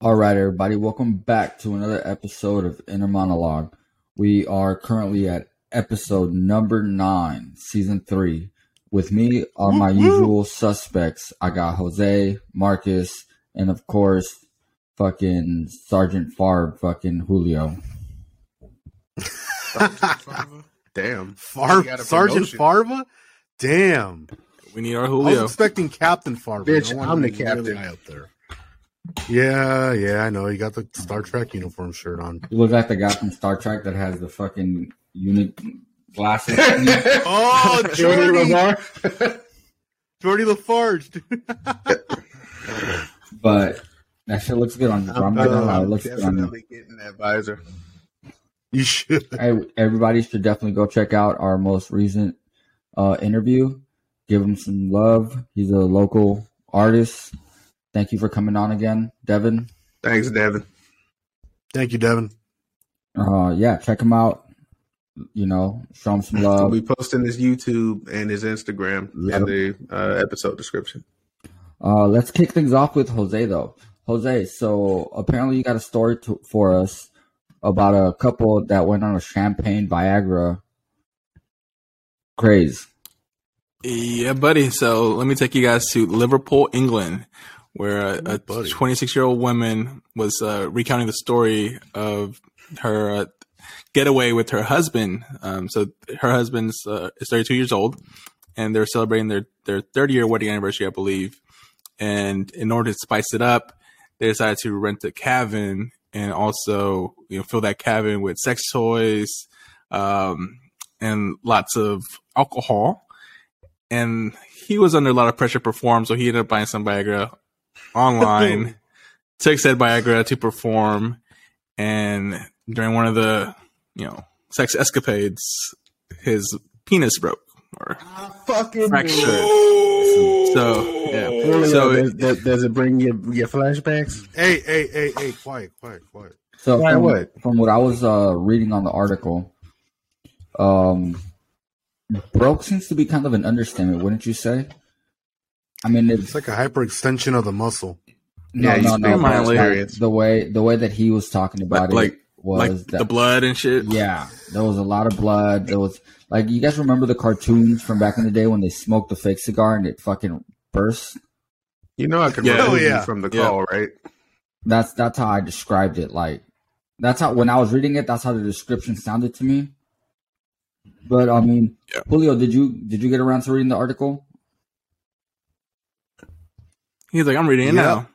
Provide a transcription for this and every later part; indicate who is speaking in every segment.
Speaker 1: All right, everybody, welcome back to another episode of Inner Monologue. We are currently at episode number nine, season three. With me are my usual suspects. I got Jose, Marcus, and of course, fucking Sergeant Farb, fucking Julio.
Speaker 2: Damn.
Speaker 3: Far-
Speaker 2: He got a
Speaker 3: Sergeant Farva? Damn.
Speaker 4: We need our
Speaker 3: I was
Speaker 4: Julio.
Speaker 3: expecting Captain Farva.
Speaker 2: Bitch,
Speaker 3: No one
Speaker 2: I'm the
Speaker 3: really
Speaker 2: captain.
Speaker 3: high up there. Yeah, yeah, I know. You got the Star Trek uniform shirt on.
Speaker 1: You look like the guy from Star Trek that has the fucking unit glasses.
Speaker 3: Oh,
Speaker 2: Jordan Lamar.
Speaker 3: Jordy Lafarge. dude.
Speaker 1: but that shit looks good on you, bro. I'm not gonna lie, it looks good on you.
Speaker 2: Uh, definitely getting that visor.
Speaker 3: You should.
Speaker 1: I- everybody should definitely go check out our most recent uh, interview. Give him some love. He's a local artist. Thank you for coming on again, Devin.
Speaker 2: Thanks, Devin.
Speaker 3: Thank you, Devin.
Speaker 1: Uh, yeah, check him out. You know, show him some
Speaker 2: We'll
Speaker 1: love.
Speaker 2: be posting his YouTube and his Instagram
Speaker 1: Yep.
Speaker 2: in the uh, episode description.
Speaker 1: Uh, let's kick things off with Jose, though. Jose, so apparently you got a story to, for us about a couple that went on a champagne Viagra craze.
Speaker 4: Yeah, buddy. So let me take you guys to Liverpool, England, where
Speaker 3: Ooh,
Speaker 4: a
Speaker 3: buddy.
Speaker 4: 26 year old woman was uh, recounting the story of her uh, getaway with her husband. Um, so her husband's uh, is 32 years old, and they're celebrating their their 30 year wedding anniversary, I believe. And in order to spice it up, they decided to rent a cabin and also you know fill that cabin with sex toys um, and lots of alcohol and he was under a lot of pressure to perform, so he ended up buying some Viagra online. took said Viagra to perform, and during one of the you know sex escapades, his penis broke or
Speaker 3: Ah,
Speaker 2: Fucking
Speaker 4: fractured. So yeah,
Speaker 2: so
Speaker 4: So-
Speaker 2: does, does, does it bring your your flashbacks?
Speaker 3: Hey, hey, hey, hey, quiet, quiet, quiet.
Speaker 1: So
Speaker 2: Right,
Speaker 1: from,
Speaker 2: what?
Speaker 1: from what I was uh, reading on the article, um, broke seems to be kind of an understatement, wouldn't you say? I mean,
Speaker 3: It's
Speaker 1: it's
Speaker 3: like a hyperextension of the muscle.
Speaker 1: no,
Speaker 2: Yeah,
Speaker 1: no, no.
Speaker 2: he's
Speaker 4: pretty
Speaker 1: but
Speaker 4: mildly
Speaker 1: like,
Speaker 2: experienced.
Speaker 1: the way the way that he was talking about
Speaker 4: Like- like-
Speaker 1: it was
Speaker 4: like
Speaker 1: that
Speaker 4: the blood and shit.
Speaker 1: yeah, there was a lot of blood. There was like you guys remember the cartoons from back in the day when they smoked the fake cigar and it fucking burst.
Speaker 2: You know I can
Speaker 4: Yeah.
Speaker 2: remove
Speaker 3: Oh, yeah.
Speaker 2: you from the
Speaker 4: Yeah.
Speaker 2: call, right?
Speaker 1: That's that's how I described it. Like that's how when I was reading it, that's how the description sounded to me. But I mean,
Speaker 4: Yeah.
Speaker 1: Julio, did you did you get around to reading the article?
Speaker 4: He's like, I'm reading it
Speaker 3: Yeah.
Speaker 4: now.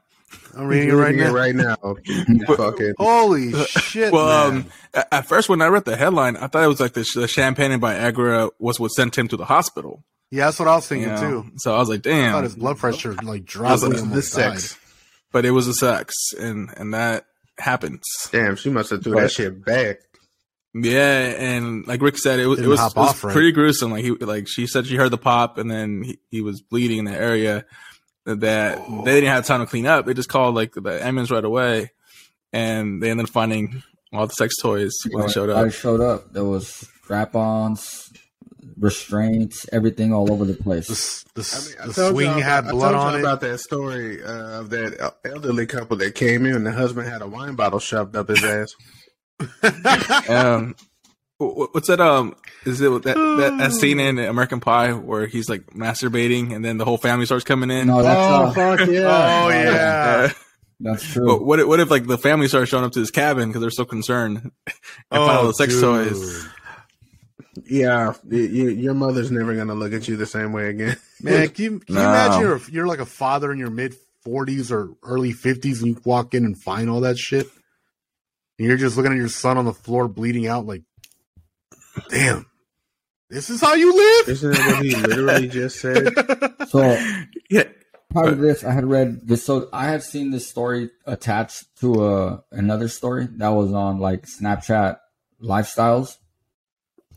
Speaker 3: I'm reading it right
Speaker 2: Reading
Speaker 3: now.
Speaker 2: right now. Fucking
Speaker 3: Holy shit.
Speaker 4: Well,
Speaker 3: man.
Speaker 4: um, a- at first when I read the headline, I thought it was like the, sh- the champagne and Viagra was what sent him to the hospital.
Speaker 3: yeah, that's what I was
Speaker 4: you
Speaker 3: thinking
Speaker 4: know?
Speaker 2: um,
Speaker 3: too.
Speaker 4: So I was like,
Speaker 3: I
Speaker 4: damn.
Speaker 3: thought his blood pressure like dropped.
Speaker 4: was
Speaker 3: when
Speaker 4: like,
Speaker 3: he
Speaker 2: the
Speaker 3: almost
Speaker 2: sex.
Speaker 4: but it was a sex and and that happens
Speaker 2: Damn, she must have threw
Speaker 1: Right.
Speaker 2: that shit back.
Speaker 4: yeah and like rick said it was it
Speaker 3: Didn't
Speaker 4: was,
Speaker 3: hop
Speaker 4: it was
Speaker 3: off, right?
Speaker 4: pretty gruesome like he like she said she heard the pop and then he, he was bleeding in the area that
Speaker 3: Oh.
Speaker 4: they didn't have time to clean up they just called like the ambulance right away and they ended up finding all the sex toys when it showed
Speaker 1: I
Speaker 4: up
Speaker 1: showed up. There was strap-ons, restraints, everything all over the
Speaker 3: The,
Speaker 1: place.
Speaker 3: s- the, s-
Speaker 2: I
Speaker 3: the
Speaker 2: told
Speaker 3: swing
Speaker 2: y'all-
Speaker 3: had
Speaker 2: I
Speaker 3: blood
Speaker 2: told
Speaker 3: on
Speaker 2: y'all
Speaker 3: it.
Speaker 2: About that story uh, of that el- elderly couple that came in, and the husband had a wine bottle shoved up his ass.
Speaker 1: Oh,
Speaker 4: um wh- wh- what's that um is it that that, that scene in american pie where he's like masturbating and then the whole family starts coming in
Speaker 1: No, that's uh,
Speaker 2: fuck
Speaker 3: Oh yeah.
Speaker 1: that's
Speaker 4: But
Speaker 1: true.
Speaker 4: what if, what if like the family starts showing up to his cabin because they're so concerned and find all the sex
Speaker 3: Oh, dude.
Speaker 4: toys?
Speaker 2: yeah. y- y- your mother's never gonna look at you the same way again.
Speaker 3: Man, can you, can you
Speaker 4: No.
Speaker 3: imagine you're, you're like a father in your mid 40s or early 50s and you walk in and find all that shit? And you're just looking at your son on the floor bleeding out like, damn, this is how you live?
Speaker 2: Isn't that what he literally just said?
Speaker 1: So
Speaker 4: Yeah,
Speaker 1: part of
Speaker 4: But-
Speaker 1: this i had read this so i had seen this story attached to a, another story that was on like snapchat lifestyles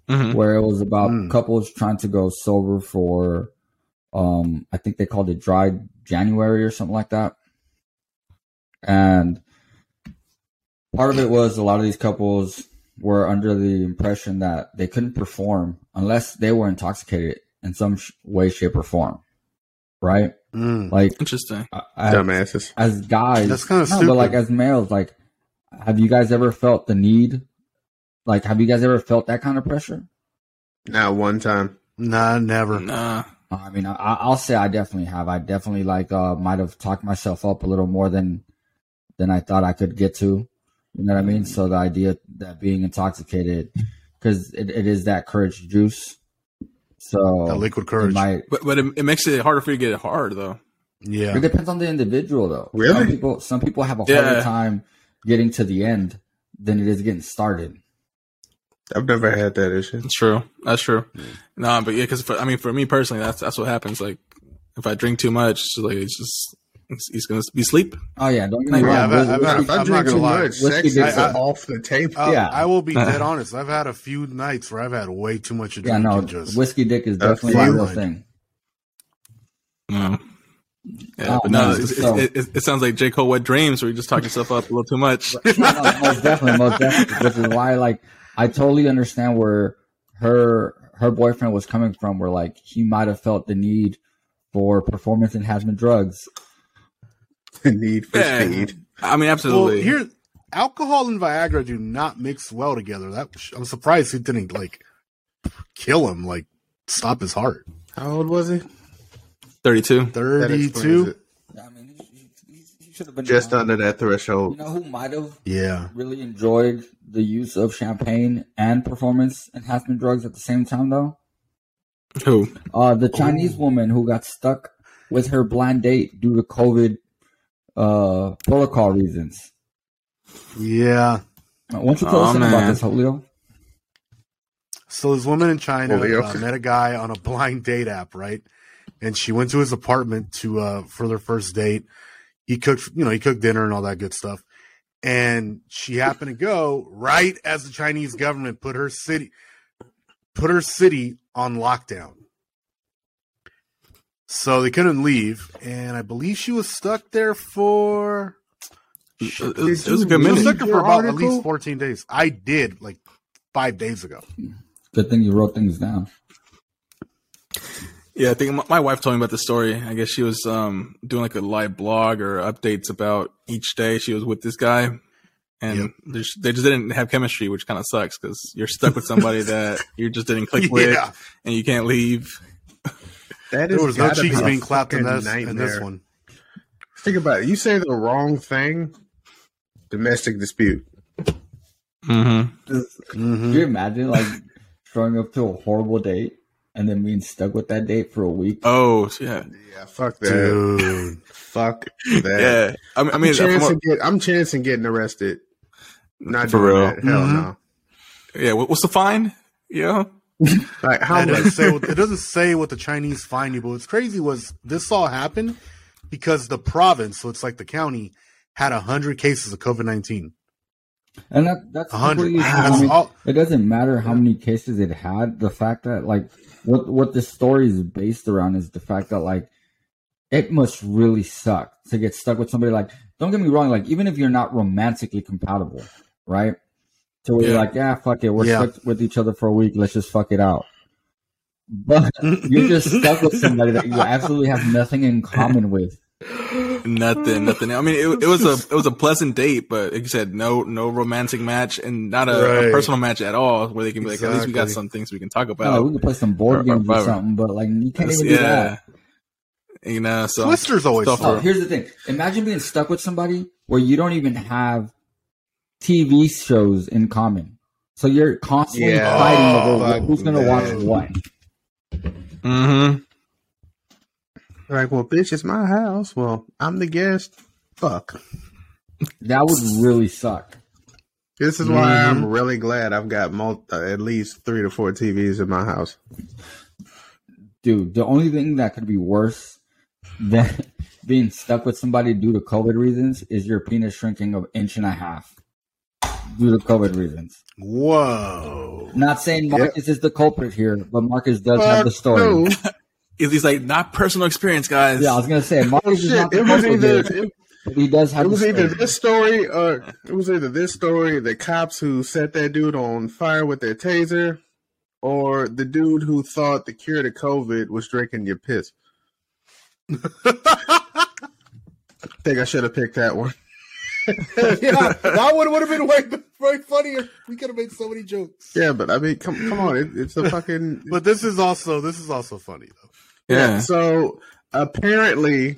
Speaker 4: Mhm.
Speaker 1: where it was about
Speaker 3: Mm.
Speaker 1: couples trying to go sober for um i think they called it dry january or something like that and part of it was a lot of these couples were under the impression that they couldn't perform unless they were intoxicated in some sh- way shape or form right
Speaker 3: Mm.
Speaker 1: Like,
Speaker 4: Interesting.
Speaker 1: I- I,
Speaker 2: Dumbasses.
Speaker 1: as guys,
Speaker 3: That's kinda
Speaker 1: no,
Speaker 3: stupid.
Speaker 1: but like as males, like, have you guys ever felt the need? Like, have you guys ever felt that kind of pressure?
Speaker 2: Not one time.
Speaker 3: Nah, never.
Speaker 4: Nah.
Speaker 1: Uh, I mean, I, I'll say I definitely have. I definitely like uh, might have talked myself up a little more than than I thought I could get to. You know what I mean? So the idea that being intoxicated, because it, it is that courage juice.
Speaker 3: That
Speaker 1: So
Speaker 3: liquid
Speaker 1: it
Speaker 3: courage.
Speaker 1: might.
Speaker 4: But, but it, it makes it harder for you to get it hard, though.
Speaker 3: yeah.
Speaker 1: It depends on the individual, though. Some
Speaker 2: Really?
Speaker 1: people, some people have a harder
Speaker 4: Yeah.
Speaker 1: time getting to the end than it is getting started.
Speaker 2: I've never had that issue.
Speaker 4: That's true. That's true. Mm. Nah, but yeah, because I mean, for me personally, that's that's what happens. Like, if I drink too much, like it's just it's, it's gonna be sleep.
Speaker 1: Oh yeah, don't get me
Speaker 4: Yeah,
Speaker 1: wrong.
Speaker 3: I've-
Speaker 1: Whis-
Speaker 3: I've-
Speaker 1: whiskey-
Speaker 2: If I
Speaker 3: I'm not
Speaker 2: drink
Speaker 3: gonna
Speaker 2: too
Speaker 3: lie.
Speaker 2: much,
Speaker 1: Whiskey
Speaker 2: sex is
Speaker 1: did that.
Speaker 2: off the table.
Speaker 3: Uh,
Speaker 1: Yeah.
Speaker 3: I will be dead honest. I've had a few nights where I've had way too much to
Speaker 1: yeah,
Speaker 3: drink.
Speaker 1: no,
Speaker 3: and just,
Speaker 1: whiskey dick is
Speaker 2: That's
Speaker 1: definitely a real
Speaker 3: fine.
Speaker 1: thing.
Speaker 4: No. Yeah,
Speaker 1: Oh,
Speaker 4: but no,
Speaker 1: man,
Speaker 4: it's-
Speaker 1: so-
Speaker 4: it, it, it sounds like J. Cole wet dreams where you just talk yourself up a little too much.
Speaker 1: No, no, most definitely, most definitely. Which is why, like, I totally understand where her her boyfriend was coming from. Where like he might have felt the need for performance enhancement drugs.
Speaker 2: The need for
Speaker 4: Yeah.
Speaker 2: speed.
Speaker 4: I mean,
Speaker 3: well,
Speaker 4: absolutely.
Speaker 3: here, alcohol and Viagra do not mix well together. That I'm surprised he didn't like kill him, like stop his heart.
Speaker 2: How old was he?
Speaker 4: 32.
Speaker 2: That explains
Speaker 3: Thirty-two.
Speaker 2: it.
Speaker 1: I mean, he, he, he should have been
Speaker 2: Just
Speaker 1: You
Speaker 2: under that threshold.
Speaker 1: know who might have
Speaker 3: Yeah.
Speaker 1: really enjoyed the use of champagne and performance enhancement drugs at the same time, though?
Speaker 4: Who?
Speaker 1: Uh, the Chinese woman who got stuck with her blind date due to COVID uh, protocol reasons.
Speaker 3: Yeah.
Speaker 1: Won't you tell
Speaker 4: Oh,
Speaker 1: us something about
Speaker 4: man.
Speaker 1: this, Julio?
Speaker 3: So this woman in China
Speaker 2: Well, yeah.
Speaker 3: uh, met a guy on a blind date app, right? And she went to his apartment to uh for their first date. He cooked, you know, he cooked dinner and all that good stuff. And she happened to go right as the Chinese government put her city put her city on lockdown. So they couldn't leave, and I believe she was stuck there for
Speaker 4: It,
Speaker 3: Shit,
Speaker 4: it- it was a
Speaker 3: she
Speaker 4: good
Speaker 3: was
Speaker 4: minute.
Speaker 3: stuck there for
Speaker 2: Your
Speaker 3: about at
Speaker 2: article?
Speaker 3: least fourteen days. I did like five days ago.
Speaker 1: Good thing you wrote things down.
Speaker 4: Yeah, I think my, my wife told me about the story. I guess she was um, doing like a live blog or updates about each day she was with this guy, and
Speaker 3: Yep.
Speaker 4: they just- they just didn't have chemistry, which kind of sucks because you're stuck with somebody that you just didn't click with, and you can't leave.
Speaker 2: That
Speaker 3: There
Speaker 2: is
Speaker 3: was no
Speaker 2: gotta
Speaker 3: cheeks
Speaker 2: be a
Speaker 3: being clapped in
Speaker 2: fucking
Speaker 3: this, in this
Speaker 2: nightmare.
Speaker 3: one.
Speaker 2: Think about it. You say the wrong thing, domestic dispute.
Speaker 4: Mm-hmm.
Speaker 1: Could you imagine like showing up to a horrible date and then being stuck with that date for a week?
Speaker 4: Oh yeah,
Speaker 2: Yeah, fuck that.
Speaker 3: Dude.
Speaker 2: Fuck that.
Speaker 4: yeah. I mean, I
Speaker 2: I'm,
Speaker 4: mean from
Speaker 2: chancing
Speaker 4: what-
Speaker 2: get, I'm chancing getting arrested. Not
Speaker 4: For
Speaker 2: for
Speaker 4: real.
Speaker 2: real. That. Hell
Speaker 3: Mm-hmm.
Speaker 2: no.
Speaker 4: yeah. what- What's the fine? Yeah.
Speaker 2: Like how
Speaker 3: It doesn't,
Speaker 2: much?
Speaker 3: say what, it doesn't say what the Chinese find you, but what's crazy was this all happened because the province, so it's like the county, had 100 cases of COVID 19.
Speaker 1: And that that's
Speaker 3: 100.
Speaker 1: completely
Speaker 3: Wow.
Speaker 1: I mean,
Speaker 3: All-
Speaker 1: it doesn't matter how many cases it had, the fact that like what what this story is based around is the fact that like it must really suck to get stuck with somebody like don't get me wrong, like even if you're not romantically compatible, right? To where you're
Speaker 4: Yeah.
Speaker 1: like, yeah, fuck it, we're
Speaker 3: Yeah.
Speaker 1: stuck with each other for a week, let's just fuck it out. But you're just stuck with somebody that you absolutely have nothing in common with.
Speaker 4: Nothing, nothing. I mean, it, it was a it was a pleasant date, but like you said, no no romantic match and not a, a
Speaker 3: Right.
Speaker 4: personal match at all, where they can be like, at least we got
Speaker 3: Exactly.
Speaker 4: some things we can talk
Speaker 1: Yeah,
Speaker 4: about.
Speaker 1: we can play some board
Speaker 4: Or- or
Speaker 1: games or
Speaker 4: whatever.
Speaker 1: something, but like you can't even do that.
Speaker 4: yeah, you know. So
Speaker 3: Twisters always
Speaker 4: so
Speaker 1: Oh,
Speaker 4: for-
Speaker 3: suck.
Speaker 1: here's the thing. Imagine being stuck with somebody where you don't even have TV shows in common. So you're constantly
Speaker 2: Yeah.
Speaker 1: fighting
Speaker 3: Oh,
Speaker 1: over
Speaker 2: fuck,
Speaker 1: who's going to
Speaker 2: man.
Speaker 1: watch what.
Speaker 4: hmm
Speaker 2: like, well, bitch, it's my house. Well, I'm the guest. Fuck.
Speaker 1: That would really suck.
Speaker 2: This is why I'm really glad I've got mul- uh, at least three to four TVs in my house.
Speaker 1: Dude, the only thing that could be worse than being stuck with somebody due to COVID reasons is your penis shrinking an inch and a half due to COVID reasons.
Speaker 3: Whoa.
Speaker 1: Not saying Marcus is the culprit here, but Marcus does have the
Speaker 2: Fuck
Speaker 1: story.
Speaker 2: no.
Speaker 4: he's, he's like not personal experience, guys.
Speaker 1: Yeah, I was going to say, Marcus is
Speaker 2: Oh, Shit,
Speaker 1: not the
Speaker 2: it was
Speaker 1: culprit
Speaker 2: either
Speaker 1: here,
Speaker 2: it,
Speaker 1: but he does have
Speaker 2: it
Speaker 1: the
Speaker 2: was
Speaker 1: story.
Speaker 2: either this story or it was either this story, the cops who set that dude on fire with their taser, or the dude who thought the cure to COVID was drinking your piss. I think I should have picked that one.
Speaker 3: yeah, that one would have been way, way funnier. We could have made so many jokes.
Speaker 2: Yeah, but I mean, come come on, it, it's a fucking.
Speaker 3: But this is also this is also funny though.
Speaker 4: Yeah.
Speaker 2: So apparently,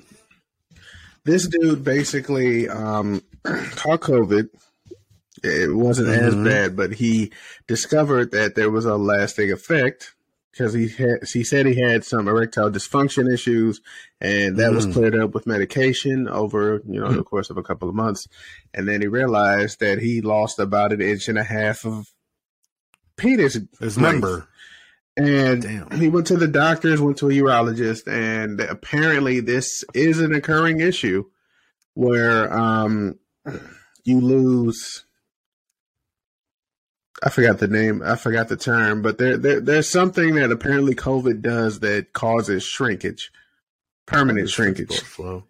Speaker 2: this dude basically um, caught COVID. It wasn't as
Speaker 3: Mhm.
Speaker 2: bad, but he discovered that there was a lasting effect because he had, he said he had some erectile dysfunction issues, and that was
Speaker 3: Mm.
Speaker 2: cleared up with medication over you know the course of a couple of months, and then he realized that he lost about an inch and a half of penis
Speaker 3: His
Speaker 2: Right.
Speaker 3: member.
Speaker 2: and
Speaker 3: Damn.
Speaker 2: he went to the doctors, went to a urologist, and apparently this is an occurring issue where um you lose I forgot the name, I forgot the term, but there, there there's something that apparently COVID does that causes shrinkage. Permanent shrinkage.
Speaker 3: Flow.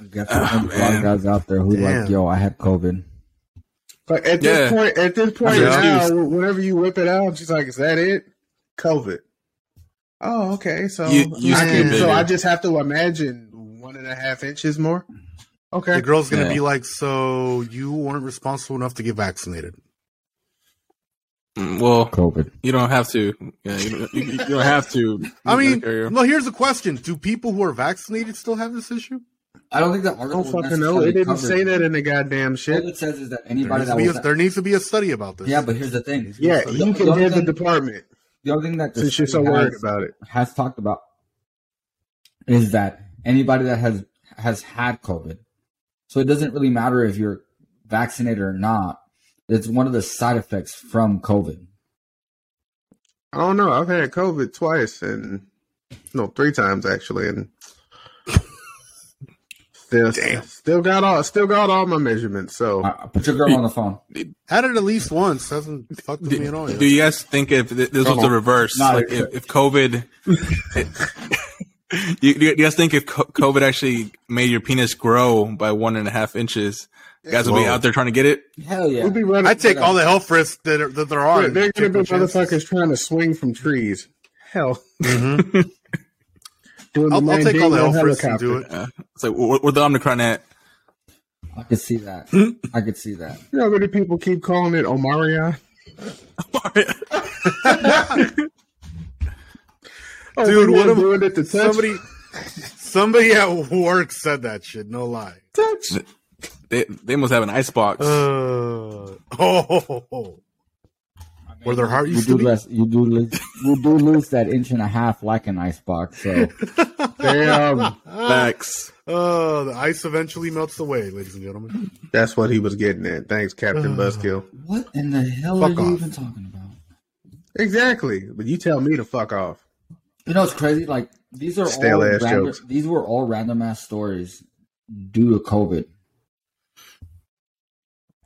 Speaker 1: I guess
Speaker 4: Oh,
Speaker 1: there's
Speaker 2: Ah,
Speaker 1: a lot
Speaker 4: man.
Speaker 1: of guys out there who
Speaker 3: Damn.
Speaker 1: like, yo, I had COVID.
Speaker 2: But at
Speaker 4: Yeah.
Speaker 2: this point at this point
Speaker 3: That's an
Speaker 2: now,
Speaker 4: excuse.
Speaker 2: whenever you whip it out, she's like, Is that it? COVID. Oh, okay. So
Speaker 4: You- you
Speaker 2: I
Speaker 3: see
Speaker 2: can-
Speaker 3: it
Speaker 2: so
Speaker 4: bigger.
Speaker 2: I just have to imagine one and a half inches more. Okay.
Speaker 3: The girl's gonna
Speaker 4: Yeah.
Speaker 3: be like, "So you weren't responsible enough to get vaccinated."
Speaker 4: Mm, Well,
Speaker 1: COVID.
Speaker 4: you don't have to. Yeah, you, don't, you, you don't have to.
Speaker 3: I mean,
Speaker 4: Carrier.
Speaker 3: no. Here's the question: Do people who are vaccinated still have this issue?
Speaker 1: I don't think that
Speaker 2: I
Speaker 1: article
Speaker 2: don't fucking know. It didn't say that in the goddamn
Speaker 1: All
Speaker 2: shit.
Speaker 1: it says is that
Speaker 3: There
Speaker 1: anybody
Speaker 3: needs,
Speaker 1: that
Speaker 3: to be a,
Speaker 1: was
Speaker 3: there needs to be a study about this.
Speaker 1: yeah, but here's the thing.
Speaker 2: Yeah,
Speaker 1: The-
Speaker 2: you can
Speaker 1: the, only
Speaker 2: head the
Speaker 1: thing,
Speaker 2: department
Speaker 1: the only thing that the
Speaker 2: since you're so
Speaker 1: city
Speaker 2: worried
Speaker 1: has-
Speaker 2: about it.
Speaker 1: has talked about is that anybody that has has had COVID, so it doesn't really matter if you're vaccinated or not. It's one of the side effects from COVID.
Speaker 2: I don't know. I've had COVID twice and no, three times actually, and still,
Speaker 3: Damn.
Speaker 2: still got all, still got all my measurements. So
Speaker 1: Uh, put your girl on the phone.
Speaker 3: had it at least once. Hasn't fucked with me at all.
Speaker 4: Do,
Speaker 3: yet.
Speaker 4: do you guys think if th- this was
Speaker 2: Come
Speaker 4: the
Speaker 2: on.
Speaker 4: reverse,
Speaker 1: No,
Speaker 4: like if,
Speaker 1: it's-
Speaker 4: if COVID, you, do you guys think if co- COVID actually made your penis grow by one and a half inches, you guys will be
Speaker 3: Whoa.
Speaker 4: out there trying to get it?
Speaker 1: Hell yeah!
Speaker 2: we'll be running.
Speaker 3: I take all the health risks that, are, that there
Speaker 2: They're,
Speaker 3: are. and
Speaker 2: they're gonna
Speaker 3: take
Speaker 2: be
Speaker 3: no chances.
Speaker 2: motherfuckers trying to swing from trees. Hell,
Speaker 3: Mhm.
Speaker 2: doing the
Speaker 3: I'll, I'll take all the
Speaker 2: Mandingo
Speaker 3: health risks and do
Speaker 2: helicopter.
Speaker 3: it.
Speaker 4: Uh, it's like where, where the Omicron at?
Speaker 1: I could see that. I could see that.
Speaker 2: You know how many people keep calling it Omarion? Oh,
Speaker 3: Dude,
Speaker 2: we
Speaker 3: what
Speaker 2: are
Speaker 3: am-
Speaker 2: doing it to touch?
Speaker 3: Somebody, somebody at work said that shit. No lie.
Speaker 2: touch.
Speaker 4: they they must have an ice box.
Speaker 3: Uh, oh, ho, ho, ho. where their heart
Speaker 1: You
Speaker 3: used
Speaker 1: do
Speaker 3: to be.
Speaker 1: less. You do lose. You do lose that inch and a half like an icebox. So
Speaker 2: Damn,
Speaker 4: Facts.
Speaker 3: Oh, the ice eventually melts away, ladies and gentlemen.
Speaker 2: that's what he was getting at. Thanks, Captain Buskill.
Speaker 1: what in the hell
Speaker 3: Fuck
Speaker 1: are you
Speaker 3: off.
Speaker 1: even talking about?
Speaker 2: Exactly. But you tell me to fuck off.
Speaker 1: You know, it's crazy. Like these are
Speaker 2: Stale
Speaker 1: all
Speaker 2: ass
Speaker 1: random,
Speaker 2: jokes.
Speaker 1: These were all random ass stories due to COVID.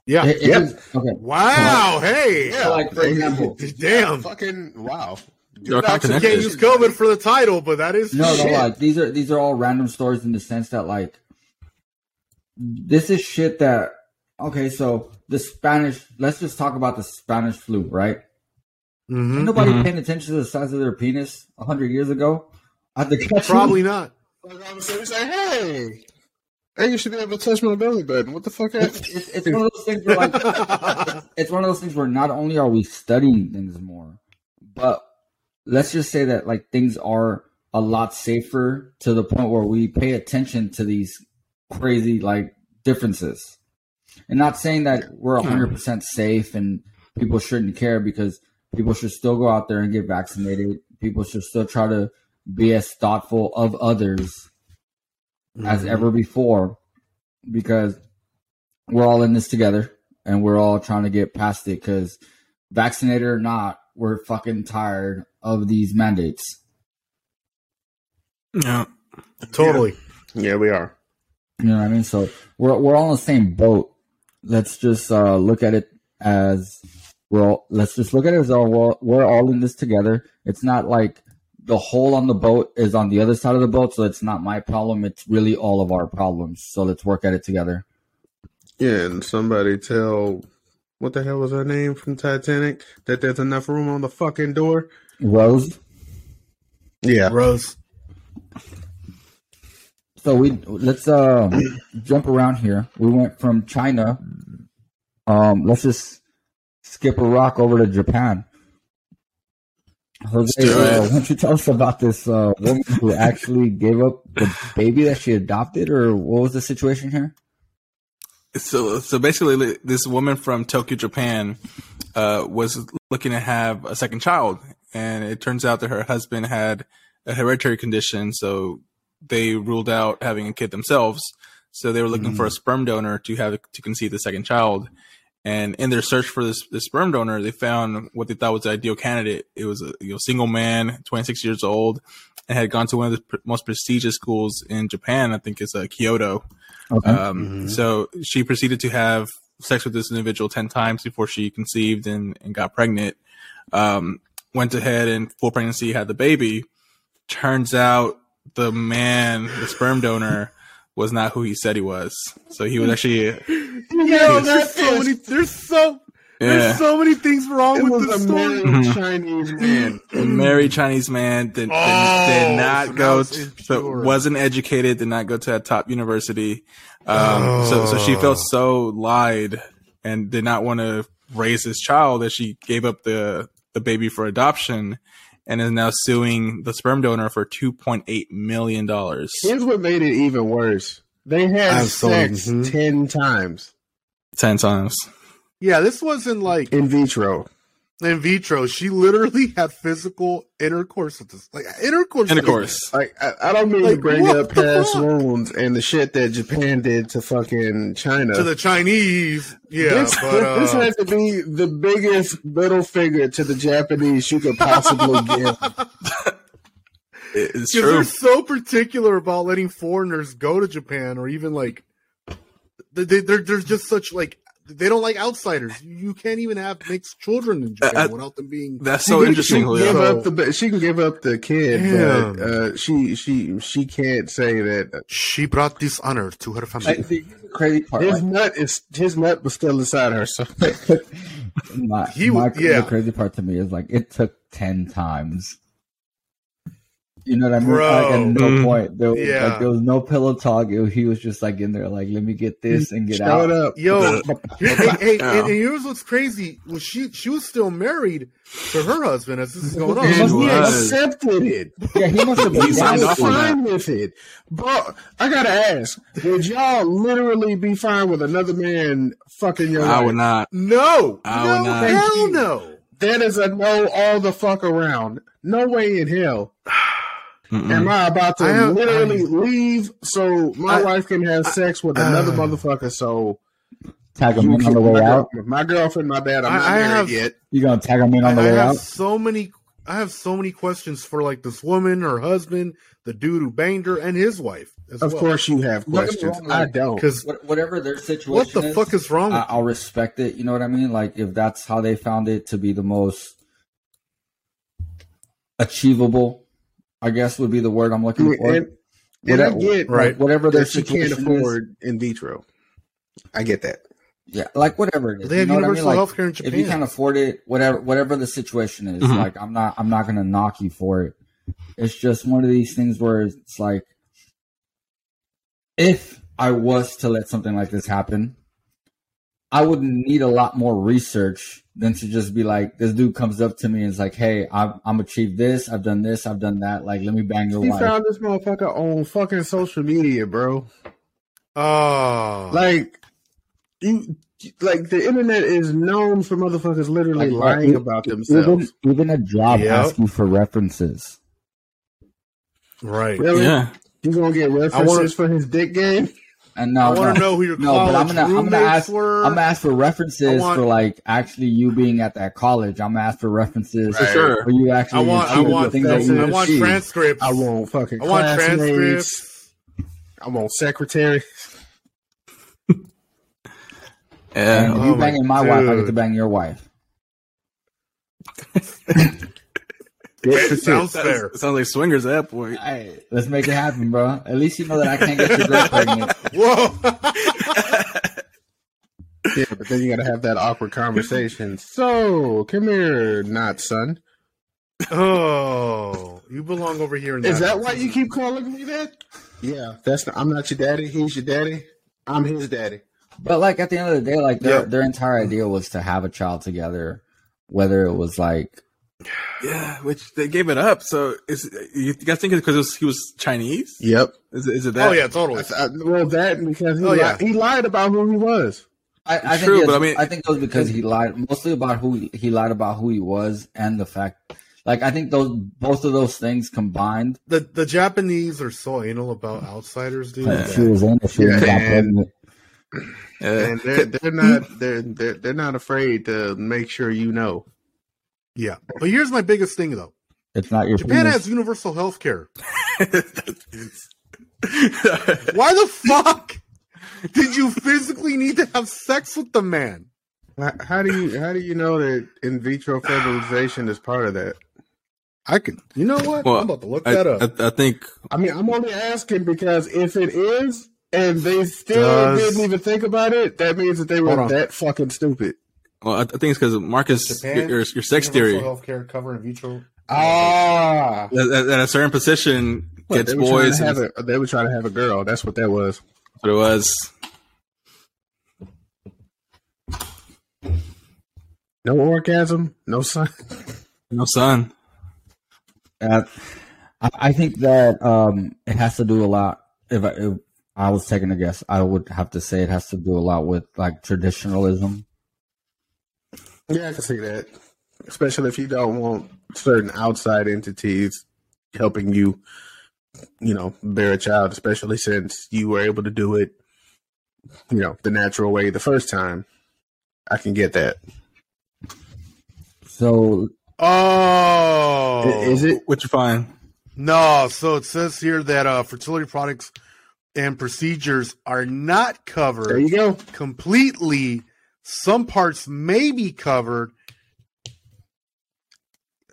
Speaker 3: Yeah.
Speaker 1: It- it
Speaker 2: Yep.
Speaker 1: is- okay.
Speaker 3: Wow. Hey.
Speaker 1: So, like for example,
Speaker 3: Damn.
Speaker 2: Fucking wow.
Speaker 4: They're
Speaker 3: I actually
Speaker 4: connected.
Speaker 3: can't use COVID for the title, but that is
Speaker 1: no, no,
Speaker 3: shit.
Speaker 1: like these are these are all random stories in the sense that like this is shit that okay. So the Spanish. Let's just talk about the Spanish flu, right?
Speaker 3: Mhm.
Speaker 1: Ain't nobody
Speaker 4: Mhm.
Speaker 1: paying attention to the size of their penis hundred years ago. I think
Speaker 3: Probably not.
Speaker 2: Like all of a sudden, say, hey, hey, you should be able to touch my belly button. What the fuck?
Speaker 1: it's, it's, it's one of those things where like it's one of those things where not only are we studying things more, but let's just say that like things are a lot safer to the point where we pay attention to these crazy like differences. And not saying that we're 100% safe and people shouldn't care because people should still go out there and get vaccinated. People should still try to be as thoughtful of others as ever before because we're all in this together and we're all trying to get past it because vaccinated or not, we're fucking tired of these mandates.
Speaker 4: Yeah.
Speaker 3: Totally.
Speaker 2: yeah, we are.
Speaker 1: You know what I mean? So we're we're all in the same boat. Let's just uh, look at it as we're all, let's just look at it as all we're, we're all in this together. It's not like the hole on the boat is on the other side of the boat, so it's not my problem. It's really all of our problems. So let's work at it together.
Speaker 2: Yeah, and somebody tell what the hell was her name from Titanic that there's enough room on the fucking door.
Speaker 1: Rose,
Speaker 2: Yeah,
Speaker 3: Rose.
Speaker 1: So we let's um jump around here. We went from China. Um, let's just skip a rock over to Japan. Jose,
Speaker 4: do
Speaker 1: uh, why
Speaker 4: it.
Speaker 1: don't you tell us about this uh, woman who actually gave up the baby that she adopted, or what was the situation here?
Speaker 4: so so basically li- this woman from Tokyo, Japan, uh, was looking to have a second child, and it turns out that her husband had a hereditary condition, so they ruled out having a kid themselves. So they were looking for a sperm donor to have to conceive the second child, and in their search for this, this sperm donor, they found what they thought was the ideal candidate. It was a you know single man, 26 years old, and had gone to one of the pr- most prestigious schools in Japan. I think it's uh, Kyoto.
Speaker 1: Okay.
Speaker 4: Um,
Speaker 3: Mhm.
Speaker 4: So she proceeded to have sex with this individual 10 times before she conceived and, and got pregnant. Um, went ahead and full pregnancy, had the baby. Turns out the man, the sperm donor, was not who he said he was. So he was actually,
Speaker 3: Yo,
Speaker 2: Yeah,
Speaker 3: there's so many. There's so there's
Speaker 4: yeah,
Speaker 3: so many things wrong
Speaker 2: It
Speaker 3: with
Speaker 2: was
Speaker 3: this
Speaker 2: a
Speaker 3: story.
Speaker 2: married Chinese man.
Speaker 4: a married Chinese man did, did-
Speaker 3: Oh,
Speaker 4: did,
Speaker 3: so
Speaker 4: not
Speaker 3: now
Speaker 4: go,
Speaker 3: it's
Speaker 4: to, so
Speaker 3: impure.
Speaker 4: wasn't educated, did not go to a top university. Um, so, so she felt
Speaker 3: Oh.
Speaker 4: so lied and did not want to raise this child that she gave up the, the baby for adoption and is now suing the sperm donor for $2.8 million.
Speaker 2: Here's what made it even worse. They had
Speaker 3: Absolutely.
Speaker 2: sex
Speaker 3: Mhm.
Speaker 2: ten times
Speaker 4: 10 times.
Speaker 3: Yeah, this wasn't like
Speaker 2: in vitro.
Speaker 3: in vitro. She literally had physical intercourse with this, like intercourse.
Speaker 4: And
Speaker 3: with
Speaker 4: of
Speaker 3: this-
Speaker 4: course,
Speaker 2: Like I, I don't mean
Speaker 3: Like,
Speaker 2: to bring
Speaker 3: what
Speaker 2: up
Speaker 3: the
Speaker 2: past
Speaker 3: fuck?
Speaker 2: wounds and the shit that Japan did to fucking China.
Speaker 3: to the Chinese. Yeah,
Speaker 2: this,
Speaker 3: but uh,
Speaker 2: this had to be the biggest middle finger to the Japanese you could possibly give.
Speaker 4: It- it's
Speaker 3: 'cause
Speaker 4: true.
Speaker 3: they're so particular about letting foreigners go to Japan or even like they, they, they're they're just such like they don't like outsiders. You can't even have mixed children in Japan
Speaker 4: Uh, uh,
Speaker 3: without them being.
Speaker 4: That's
Speaker 2: She
Speaker 4: so
Speaker 2: can-
Speaker 4: interesting,
Speaker 2: She can,
Speaker 4: Julio.
Speaker 2: give
Speaker 3: So-
Speaker 2: up the, ba- she can give up the kid, but
Speaker 3: Damn.
Speaker 2: uh, she she she can't say that. uh,
Speaker 3: She brought dishonor to her
Speaker 1: Like,
Speaker 3: family.
Speaker 1: see, here's the crazy part.
Speaker 2: His
Speaker 1: like,
Speaker 2: nut is his nut was still inside her. So
Speaker 1: my,
Speaker 3: He
Speaker 1: my-
Speaker 3: was- yeah.
Speaker 1: The crazy part to me is like it took ten times. You know what I mean?
Speaker 3: Bro.
Speaker 1: Like at no
Speaker 4: Mm.
Speaker 1: point there was,
Speaker 3: Yeah.
Speaker 1: like, there was no pillow talk. It- he was just like in there, like let me get this and get out.
Speaker 2: showed up.
Speaker 3: Yo, Hey, hey, hey,
Speaker 4: Yeah.
Speaker 3: and, and here's what's crazy. Well, she she was still married to her husband as this is going on.
Speaker 1: It
Speaker 2: and
Speaker 1: must
Speaker 3: So-
Speaker 2: he
Speaker 1: be
Speaker 4: was.
Speaker 2: accepted it.
Speaker 1: Yeah, he must have been
Speaker 4: He
Speaker 2: I
Speaker 1: down
Speaker 4: signed
Speaker 2: was
Speaker 4: off
Speaker 1: with
Speaker 4: on
Speaker 1: it.
Speaker 4: that.
Speaker 2: fine with it, bro. I gotta ask: Would y'all literally be fine with another man fucking your
Speaker 4: I
Speaker 2: wife?
Speaker 4: would not.
Speaker 3: no,
Speaker 4: I
Speaker 3: no,
Speaker 4: would not.
Speaker 3: hell no.
Speaker 2: That is a no all the fuck around. No way in hell
Speaker 4: Mm-mm.
Speaker 2: am I about to
Speaker 3: I have- um,
Speaker 2: literally leave so my
Speaker 3: I-
Speaker 2: wife can have sex with another
Speaker 3: uh,
Speaker 2: motherfucker. So
Speaker 1: Tag him
Speaker 2: you
Speaker 1: in on
Speaker 2: can-
Speaker 1: the way
Speaker 2: my, girl-
Speaker 1: out.
Speaker 2: my girlfriend, my dad. I'm
Speaker 3: I-
Speaker 2: not
Speaker 3: I
Speaker 2: married
Speaker 3: have-
Speaker 2: yet.
Speaker 1: You gonna tag him in
Speaker 3: I,
Speaker 1: on the
Speaker 3: I
Speaker 1: way
Speaker 3: have
Speaker 1: out?
Speaker 3: so many. I have so many questions for like this woman, her husband, the dude who banged her, and his wife. As
Speaker 2: Of
Speaker 3: well.
Speaker 2: course, you have
Speaker 1: Don't get me
Speaker 2: questions.
Speaker 1: wrong,
Speaker 2: I
Speaker 1: like,
Speaker 2: don't.
Speaker 3: because
Speaker 1: What, whatever their situation.
Speaker 3: what the
Speaker 1: is,
Speaker 3: fuck is wrong?
Speaker 1: I,
Speaker 3: with
Speaker 1: I'll respect it. You know what I mean? Like if that's how they found it to be the most achievable, I guess would be the word I'm looking for.
Speaker 2: And, and I
Speaker 1: Whatever-
Speaker 2: get
Speaker 3: Right.
Speaker 1: like, whatever their
Speaker 2: that she can't
Speaker 1: situation is.
Speaker 2: afford in vitro. I get that.
Speaker 1: Yeah, like whatever it
Speaker 3: it?
Speaker 1: is.
Speaker 3: They have
Speaker 1: you know what I mean?
Speaker 3: universal
Speaker 1: Like,
Speaker 3: health care in Japan.
Speaker 1: if you can afford it, whatever whatever the situation is,
Speaker 4: Mhm.
Speaker 1: like I'm not I'm not gonna knock you for it. It's just one of these things where it's like if I was to let something like this happen, I would need a lot more research than to just be like, this dude comes up to me and is like, hey, I've I'm achieved this, I've done this, I've done that. Like, let me bang your
Speaker 2: He
Speaker 1: wife.
Speaker 2: found this motherfucker on fucking social media, bro.
Speaker 3: oh,
Speaker 2: Like you, like the internet is known for motherfuckers
Speaker 1: Like,
Speaker 2: literally
Speaker 1: mm,
Speaker 2: lying
Speaker 1: like,
Speaker 2: about
Speaker 1: even,
Speaker 2: themselves.
Speaker 1: even a job
Speaker 3: Yep.
Speaker 1: asks you for references. mm.
Speaker 3: right.
Speaker 2: Really?
Speaker 4: Yeah.
Speaker 2: You gonna get references
Speaker 3: wanna-
Speaker 2: for his dick game?
Speaker 1: And now
Speaker 3: I want to know who your
Speaker 1: No, but I'm
Speaker 3: college
Speaker 1: gonna- I'm gonna
Speaker 3: roommates
Speaker 1: ask-
Speaker 3: were.
Speaker 1: I'm gonna ask for references
Speaker 3: I want-
Speaker 1: for like actually you being at that college. I'm gonna ask for references
Speaker 4: For sure.
Speaker 1: for you
Speaker 3: I
Speaker 1: actually.
Speaker 3: want, I
Speaker 1: achieving the
Speaker 3: want,
Speaker 1: things that
Speaker 2: you
Speaker 3: I want
Speaker 2: achieved.
Speaker 3: transcripts.
Speaker 2: I want fucking.
Speaker 3: I want
Speaker 2: classmates.
Speaker 3: transcripts.
Speaker 2: I want secretary.
Speaker 1: And
Speaker 4: Yeah.
Speaker 1: if
Speaker 3: Oh
Speaker 1: you
Speaker 3: my
Speaker 1: banging my wife, I get to
Speaker 3: dude.
Speaker 1: bang your wife.
Speaker 2: Dick for
Speaker 3: Sounds
Speaker 4: That
Speaker 3: fair.
Speaker 4: sounds like swingers at that point.
Speaker 1: Hey, let's make it happen, bro. At least you know that I can't get your girl pregnant.
Speaker 3: Whoa.
Speaker 2: Yeah, but then you gotta have that awkward conversation. So, come here, not son.
Speaker 3: Oh, you belong over here. In
Speaker 2: Is that why you keep calling me that? Yeah, that's not, I'm not your daddy. He's your daddy. I'm his daddy.
Speaker 1: But like at the end of the day, like their
Speaker 3: Yeah.
Speaker 1: their entire idea was to have a child together, whether it was like
Speaker 4: Yeah, which they gave it up. So is you guys think it's because he was Chinese?
Speaker 2: Yep.
Speaker 4: Is, it- is it that?
Speaker 3: Oh yeah, totally.
Speaker 2: well, that and because he,
Speaker 3: Oh,
Speaker 2: li-
Speaker 3: yeah.
Speaker 2: he lied about who he was.
Speaker 1: I, I think
Speaker 4: True,
Speaker 1: yes,
Speaker 4: but I mean-
Speaker 1: I think it was because he lied mostly about who he lied about who he was and the fact, like I think those both of those things combined.
Speaker 3: The the Japanese are so anal about outsiders, dude.
Speaker 1: like,
Speaker 3: that-
Speaker 1: She was in, she was
Speaker 2: Yeah,
Speaker 1: not
Speaker 2: and-
Speaker 1: pregnant.
Speaker 4: Uh,
Speaker 2: And they're they're not they're they're, they're not afraid to make sure you know.
Speaker 3: yeah, but here's my biggest thing though.
Speaker 1: It's not your
Speaker 3: Japan
Speaker 1: penis.
Speaker 3: has universal health care. Why the fuck did you physically need to have sex with the man?
Speaker 2: How, how do you how do you know that in vitro fertilization is part of that?
Speaker 3: I can. You know what?
Speaker 4: Well,
Speaker 3: I'm about to look
Speaker 4: I,
Speaker 3: that up.
Speaker 4: I, I think
Speaker 2: I mean, I'm only asking because if it is, and they still
Speaker 3: Does-
Speaker 2: didn't even think about it, that means that they
Speaker 3: Hold
Speaker 2: were
Speaker 3: on.
Speaker 2: that fucking stupid.
Speaker 4: well, I, I think it's because Marcus,
Speaker 3: Japan,
Speaker 4: your, your, your sex theory
Speaker 3: health care cover in vitro.
Speaker 2: Ah,
Speaker 4: at, at- at a certain position gets
Speaker 2: they were trying
Speaker 4: boys.
Speaker 2: to have
Speaker 4: and That's
Speaker 2: a, they were trying to have a girl. That's what that was.
Speaker 4: what it was.
Speaker 2: No orgasm, no son.
Speaker 4: No son.
Speaker 1: Uh, I, I think that um, it has to do a lot. If I, if I was taking a guess, I would have to say it has to do a lot with like traditionalism.
Speaker 2: Yeah, I can see that. Especially if you don't want certain outside entities helping you, you know, bear a child, especially since you were able to do it, you know, the natural way the first time. I can get that.
Speaker 1: So
Speaker 3: Oh,
Speaker 2: I- Is it?
Speaker 4: What you find?
Speaker 3: No, so it says here that uh, fertility products and procedures are not
Speaker 2: There
Speaker 3: covered
Speaker 2: you go.
Speaker 3: completely. Some parts may be covered.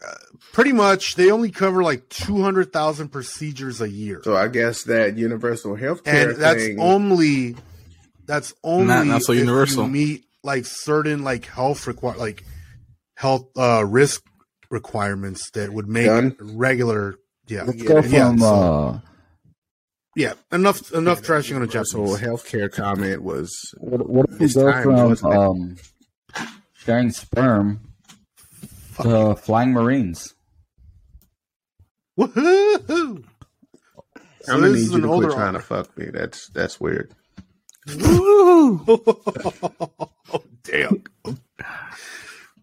Speaker 3: Uh, Pretty much, they only cover like two hundred thousand procedures a year,
Speaker 2: So I guess that universal health care
Speaker 3: and that's
Speaker 2: thing.
Speaker 3: only that's only
Speaker 4: Not- not so
Speaker 3: if you
Speaker 4: universal.
Speaker 3: meet like certain like health require like health uh, risk requirements that would make
Speaker 2: Done.
Speaker 3: regular yeah
Speaker 1: let's
Speaker 2: Yeah,
Speaker 1: go
Speaker 3: yeah,
Speaker 1: from
Speaker 3: so-
Speaker 1: uh,
Speaker 3: Yeah, enough enough trashing on a
Speaker 2: universal
Speaker 3: Japanese.
Speaker 2: health care comment was
Speaker 1: what, what if we
Speaker 2: It's
Speaker 1: go
Speaker 2: time,
Speaker 1: from
Speaker 2: wasn't it?
Speaker 1: um, sharing sperm to flying marines?
Speaker 3: Woohoo! So
Speaker 2: I'm gonna
Speaker 3: this
Speaker 2: need
Speaker 3: is
Speaker 2: you
Speaker 3: an
Speaker 2: to quit
Speaker 3: older
Speaker 2: trying to fuck me. That's that's weird.
Speaker 3: oh, damn.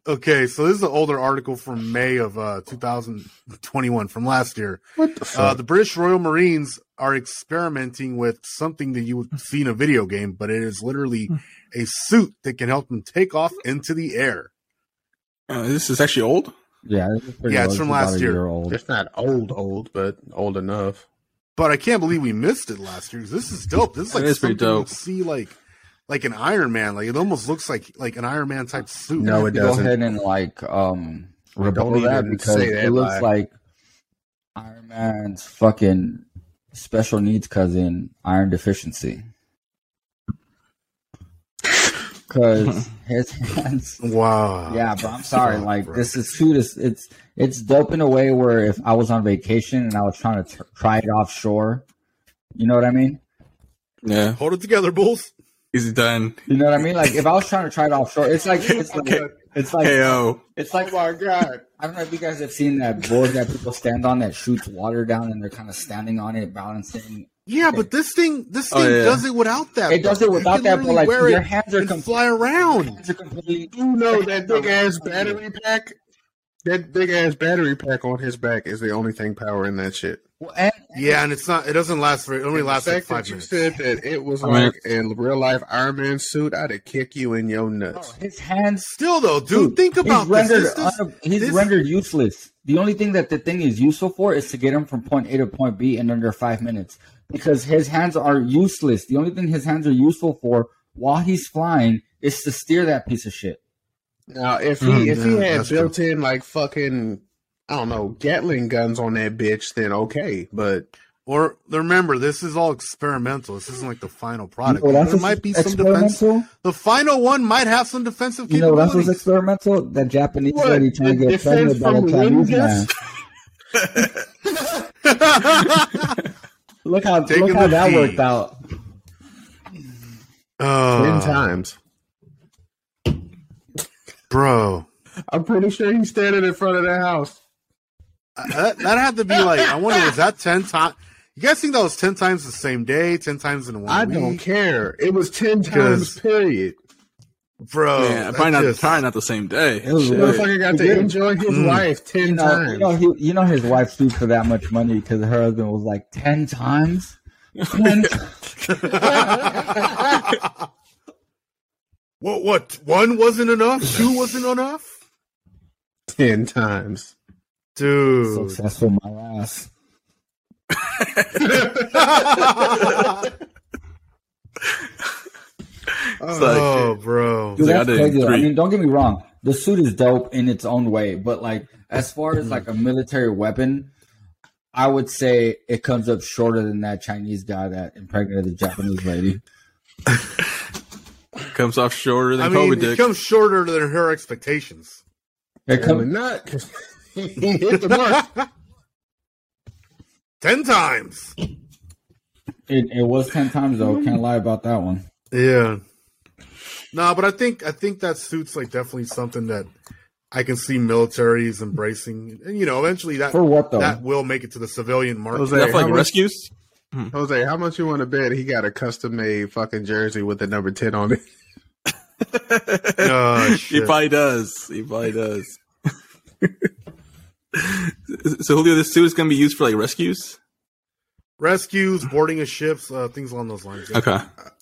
Speaker 3: Okay, so this is an older article from May of uh, 2021, from last year.
Speaker 2: What the
Speaker 3: Uh,
Speaker 2: fuck?
Speaker 3: the British Royal Marines are experimenting with something that you would see in a video game, but it is literally a suit that can help them take off into the air.
Speaker 4: Uh, this is actually old.
Speaker 1: Yeah, this is pretty
Speaker 3: Yeah, it's
Speaker 1: old.
Speaker 3: from
Speaker 1: about
Speaker 3: last
Speaker 1: a
Speaker 3: year.
Speaker 1: old.
Speaker 2: it's not old old, but old enough.
Speaker 3: But I can't believe we missed it last year. This is dope. This is
Speaker 4: That
Speaker 3: like
Speaker 4: is pretty
Speaker 3: something you
Speaker 4: dope.
Speaker 3: see like like an Iron Man. Like it almost looks like like an Iron Man type suit.
Speaker 2: No, it
Speaker 1: We Go
Speaker 2: doesn't.
Speaker 1: ahead and like um,
Speaker 2: Don't
Speaker 1: rebuttal that
Speaker 2: even
Speaker 1: because
Speaker 2: say
Speaker 1: it
Speaker 2: that
Speaker 1: looks
Speaker 2: lie.
Speaker 1: like Iron Man's fucking special needs cousin, iron deficiency. Because his hands.
Speaker 2: Oh,
Speaker 3: Wow.
Speaker 1: Yeah, but I'm sorry.
Speaker 3: Fuck,
Speaker 1: Like
Speaker 3: bro.
Speaker 1: this is true. This it's it's dope in a way where if I was on vacation and I was trying to tr- try it offshore, you know what I mean?
Speaker 4: Yeah.
Speaker 3: Hold it together, bulls.
Speaker 4: He's done.
Speaker 1: You know what I mean? Like if I was trying to try it offshore, it's like it's like it's like
Speaker 4: KO.
Speaker 1: it's
Speaker 3: Oh
Speaker 1: like
Speaker 2: my god!
Speaker 1: I don't know if you guys have seen that board that people stand on that shoots water down and they're kind of standing on it, balancing.
Speaker 3: Yeah, but this thing this
Speaker 4: Oh,
Speaker 3: thing
Speaker 4: yeah.
Speaker 3: does it without that.
Speaker 1: It does it
Speaker 3: You
Speaker 1: without
Speaker 3: can
Speaker 1: that, but
Speaker 3: literally
Speaker 1: like
Speaker 3: wear
Speaker 1: your
Speaker 3: it
Speaker 1: hands are,
Speaker 3: and
Speaker 1: com-
Speaker 3: fly
Speaker 1: your
Speaker 3: around.
Speaker 1: hands are completely.
Speaker 2: You know that big ass battery pack. That big ass battery pack on his back is the only thing powering that shit.
Speaker 1: Well, and
Speaker 3: Yeah, and it's not. It doesn't last for. It only
Speaker 2: The
Speaker 3: lasts like
Speaker 2: fact
Speaker 3: five
Speaker 2: that you
Speaker 3: minutes.
Speaker 2: said that it was
Speaker 4: I mean-
Speaker 2: like a real life Iron Man suit, I'd have kick you in your nuts.
Speaker 1: oh, his hands.
Speaker 3: Still though, dude,
Speaker 1: Dude,
Speaker 3: think about
Speaker 1: he's
Speaker 3: this.
Speaker 1: rendered,
Speaker 3: This- this-
Speaker 1: un- he's
Speaker 3: this-
Speaker 1: rendered useless. The only thing that the thing is useful for is to get him from point A to point B in under five minutes because his hands are useless. The only thing his hands are useful for while he's flying is to steer that piece of shit.
Speaker 2: Now, if he
Speaker 4: Mhm,
Speaker 2: if he
Speaker 3: yeah,
Speaker 2: had
Speaker 3: that's true.
Speaker 2: built in like fucking I don't know Gatling guns on that bitch, then okay. But
Speaker 3: Or remember, this is all experimental. This isn't like the final product.
Speaker 1: You know what else
Speaker 3: there
Speaker 1: is
Speaker 3: might be some defense. The final one might have some defensive
Speaker 1: You know, that's
Speaker 3: capabilities.
Speaker 1: what's experimental. That Japanese
Speaker 2: What?
Speaker 1: lady trying to
Speaker 2: The
Speaker 1: get pregnant
Speaker 2: defense
Speaker 1: by a
Speaker 2: from
Speaker 1: Chinese man.
Speaker 2: Wingus?
Speaker 1: Look how
Speaker 3: Taking
Speaker 1: look how
Speaker 3: the
Speaker 1: that
Speaker 3: fee.
Speaker 1: worked out.
Speaker 2: Ten
Speaker 3: Uh,
Speaker 2: times.
Speaker 3: bro,
Speaker 2: I'm pretty sure he's standing in front of that house.
Speaker 3: I- Uh, that, that'd have to be like, I wonder, was that 10 times? You guys think that was 10 times the same day, 10 times in one
Speaker 2: I
Speaker 3: week?
Speaker 2: don't care. It was ten times.
Speaker 3: Because-
Speaker 2: Period.
Speaker 3: Bro,
Speaker 4: yeah,
Speaker 3: that
Speaker 4: probably not,
Speaker 3: Oh, just-
Speaker 4: probably not the same day.
Speaker 1: It was
Speaker 4: Shit.
Speaker 1: worth
Speaker 2: Motherfucker got
Speaker 1: Yeah.
Speaker 2: to enjoy his
Speaker 3: Mm.
Speaker 2: life ten
Speaker 1: You know,
Speaker 2: times.
Speaker 1: you know, he, you know his wife sued for that much money because her husband was like ten times. 10
Speaker 3: What? What? One wasn't enough. Two wasn't enough.
Speaker 2: ten times.
Speaker 3: Dude,
Speaker 1: successful, my ass.
Speaker 3: oh, bro.
Speaker 1: Dude,
Speaker 4: It's like,
Speaker 1: that's
Speaker 4: I did
Speaker 1: crazy. though. I
Speaker 4: three.
Speaker 1: mean, don't get me wrong. The suit is dope in its own way, but like as far as like a
Speaker 4: Mm-hmm.
Speaker 1: military weapon, I would say it comes up shorter than that Chinese guy that impregnated the Japanese lady.
Speaker 4: Comes off shorter than
Speaker 3: I mean,
Speaker 4: COVID
Speaker 3: it
Speaker 4: dick.
Speaker 3: comes shorter than her expectations.
Speaker 1: It
Speaker 2: Probably
Speaker 1: comes,
Speaker 2: not. he hit the mark.
Speaker 3: Ten times.
Speaker 1: it, it was ten times though. Can't lie about that one.
Speaker 3: Yeah. Nah, but I think I think that suits like definitely something that I can see militaries embracing, and you know, eventually that
Speaker 1: For what though?
Speaker 3: that will make it to the civilian market.
Speaker 4: Is that for,
Speaker 2: How
Speaker 4: like
Speaker 2: much-
Speaker 4: rescues?
Speaker 2: Jose, how much you want to bet he got a custom made fucking jersey with the number ten on it?
Speaker 3: Oh,
Speaker 4: He
Speaker 3: shit.
Speaker 4: probably does. He probably does. so Julio, this suit is going to be used for like rescues.
Speaker 3: Rescues, boarding of ships, uh, things along those lines. yeah.
Speaker 4: Okay.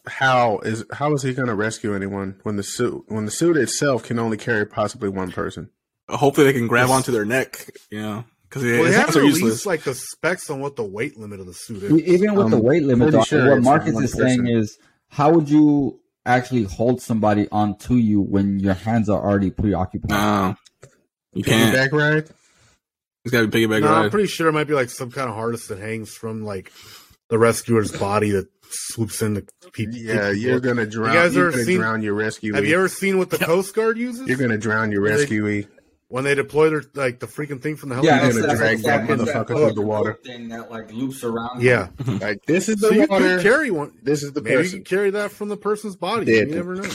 Speaker 2: How is how is he going to rescue anyone when the suit when the suit itself can only carry possibly one person?
Speaker 4: Hopefully they can grab onto their neck. You know, because
Speaker 3: Well,
Speaker 4: his
Speaker 3: they
Speaker 4: hands
Speaker 3: haven't
Speaker 4: are
Speaker 3: released
Speaker 4: useless.
Speaker 3: like the specs on what the weight limit of the suit is.
Speaker 1: E- Even with the
Speaker 2: I'm
Speaker 1: weight limit,
Speaker 2: pretty
Speaker 1: though,
Speaker 2: sure
Speaker 1: what
Speaker 2: it's
Speaker 1: Marcus
Speaker 2: one
Speaker 1: is saying
Speaker 2: person.
Speaker 1: is, how would you actually hold somebody onto you when your hands are already preoccupied?
Speaker 4: no, you can't.
Speaker 2: Piggyback ride.
Speaker 4: It's got to be piggyback
Speaker 3: No, I'm
Speaker 4: ride.
Speaker 3: pretty sure it might be like some kind of harness that hangs from like the rescuer's body that swoops into people.
Speaker 2: Yeah, you're gonna drown.
Speaker 3: guys
Speaker 2: You are
Speaker 3: ever
Speaker 2: gonna
Speaker 3: seen-
Speaker 2: drown your rescuee.
Speaker 3: Have you ever seen what the Coast Guard uses?
Speaker 2: are gonna drown your
Speaker 3: They-
Speaker 2: rescuee.
Speaker 3: when they deploy their like the freaking thing from the
Speaker 1: Yeah,
Speaker 3: helicopter.
Speaker 1: it's,
Speaker 2: gonna
Speaker 1: it's,
Speaker 2: drag
Speaker 1: it's
Speaker 2: that
Speaker 1: it's
Speaker 2: motherfucker
Speaker 1: hook,
Speaker 2: through the water.
Speaker 1: thing that like loops around.
Speaker 3: Oh, yeah.
Speaker 2: Like this is the
Speaker 3: So you
Speaker 2: water.
Speaker 3: could carry one.
Speaker 2: this is the
Speaker 3: Maybe you
Speaker 2: person.
Speaker 3: could carry that from the person's body.
Speaker 2: Dead.
Speaker 3: You never know.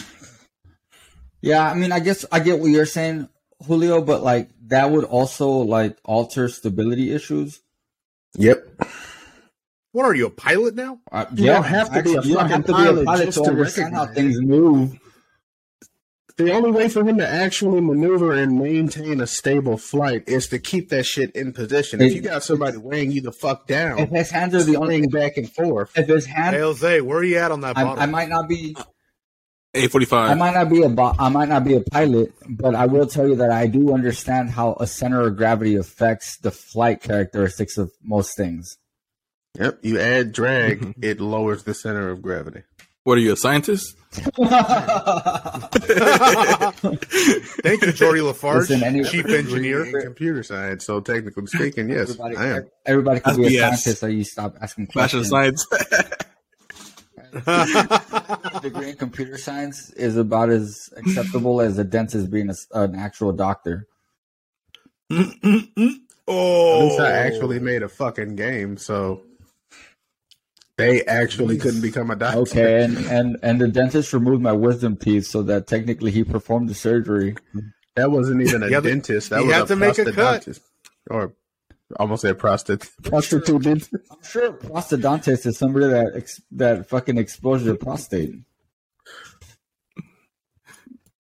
Speaker 1: Yeah, I mean, I guess I get what you're saying, Julio, but like that would also like alter stability issues.
Speaker 2: Yep.
Speaker 3: What are you, a pilot now?
Speaker 1: Uh,
Speaker 2: You
Speaker 1: yeah,
Speaker 2: don't have to be a
Speaker 1: actually, you don't have to
Speaker 2: fucking
Speaker 1: be a
Speaker 2: pilot
Speaker 1: pilot
Speaker 2: just
Speaker 1: to
Speaker 2: to
Speaker 1: understand how
Speaker 2: recognize
Speaker 1: things move.
Speaker 2: The only way for him to actually maneuver and maintain a stable flight is to keep that shit in position. If you got somebody weighing you the fuck
Speaker 1: If
Speaker 2: down,
Speaker 1: his hands are the only,
Speaker 2: swing back and forth.
Speaker 1: if his
Speaker 3: Hey,
Speaker 1: hands,
Speaker 3: Jose, where are you at on that
Speaker 1: I,
Speaker 3: bottle?
Speaker 1: I might not be
Speaker 4: Eight
Speaker 1: I
Speaker 4: forty-five.
Speaker 1: might not be a bo- I might not be a pilot, but I will tell you that I do understand how a center of gravity affects the flight characteristics of most things.
Speaker 2: Yep. You add drag,
Speaker 1: Mm-hmm.
Speaker 2: it lowers the center of gravity.
Speaker 4: What are you, a scientist?
Speaker 3: Thank you, Jordy Lafarge,
Speaker 1: Listen, any-
Speaker 3: chief
Speaker 2: In
Speaker 3: engineer.
Speaker 2: computer science, so technically speaking, yes,
Speaker 1: everybody,
Speaker 2: I am.
Speaker 1: everybody can
Speaker 4: That's
Speaker 1: be a
Speaker 4: BS.
Speaker 1: scientist, so you stop asking
Speaker 4: Bachelor of
Speaker 1: questions.
Speaker 4: Science.
Speaker 1: degree in computer science is about as acceptable as a dentist being a s an actual doctor.
Speaker 3: oh,
Speaker 4: Oh.
Speaker 2: At least I
Speaker 1: Oh.
Speaker 2: actually made a fucking game, so they actually couldn't become a doctor.
Speaker 1: Okay, and, and and the dentist removed my wisdom teeth, so that technically he performed the surgery.
Speaker 2: That wasn't even a
Speaker 3: You had to-
Speaker 2: dentist. That
Speaker 3: you
Speaker 2: was
Speaker 3: had
Speaker 2: a
Speaker 3: to make a cut.
Speaker 2: prostodontist. Or almost said prostate.
Speaker 1: Prostitute I'm sure prostodontist is somebody that ex- that fucking exposed their prostate.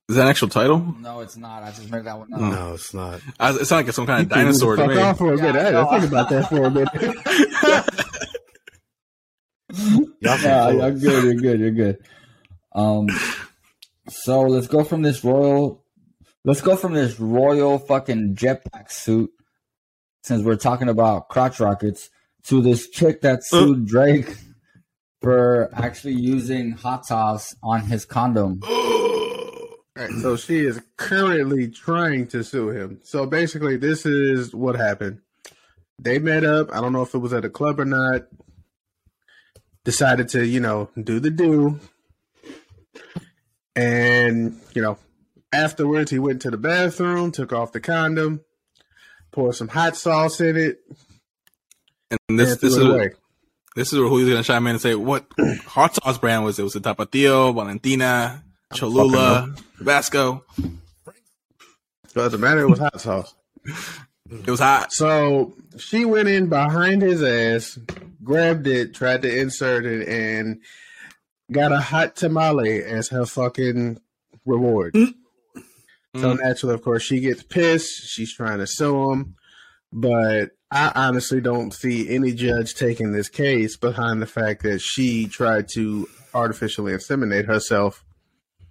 Speaker 4: Is that an actual title?
Speaker 1: No, it's not. I just made that one up.
Speaker 3: No, it's not.
Speaker 4: I, it sounds like some kind of dinosaur to
Speaker 2: Fuck
Speaker 4: me.
Speaker 2: off for a minute. I had to
Speaker 1: Yeah, I
Speaker 2: think about that for a minute.
Speaker 3: Y'all can
Speaker 1: Yeah,
Speaker 3: pull
Speaker 1: you're
Speaker 3: it.
Speaker 1: good. You're good. You're good. Um, so let's go from this royal, let's go from this royal fucking jetpack suit, since we're talking about crotch rockets, to this chick that sued Drake for actually using hot sauce on his condom.
Speaker 2: All right, so she is currently trying to sue him. So basically, this is what happened. They met up. I don't know if it was at a club or not. Decided to, you know, do the do. And, you know, afterwards he went to the bathroom, took off the condom, poured some hot sauce in it,
Speaker 4: And this
Speaker 2: and
Speaker 4: this
Speaker 2: threw
Speaker 4: is
Speaker 2: it away.
Speaker 4: this is where Julio's gonna chime in and say what hot sauce brand was it? Was it Tapatio, Valentina, Cholula, Tabasco?
Speaker 2: Doesn't matter, it was hot sauce.
Speaker 4: It was hot.
Speaker 2: So she went in behind his ass, grabbed it, tried to insert it, and got a hot tamale as her fucking reward. So
Speaker 4: Mm.
Speaker 2: naturally, of course, she gets pissed. She's trying to sue him, but I honestly don't see any judge taking this case behind the fact that she tried to artificially inseminate herself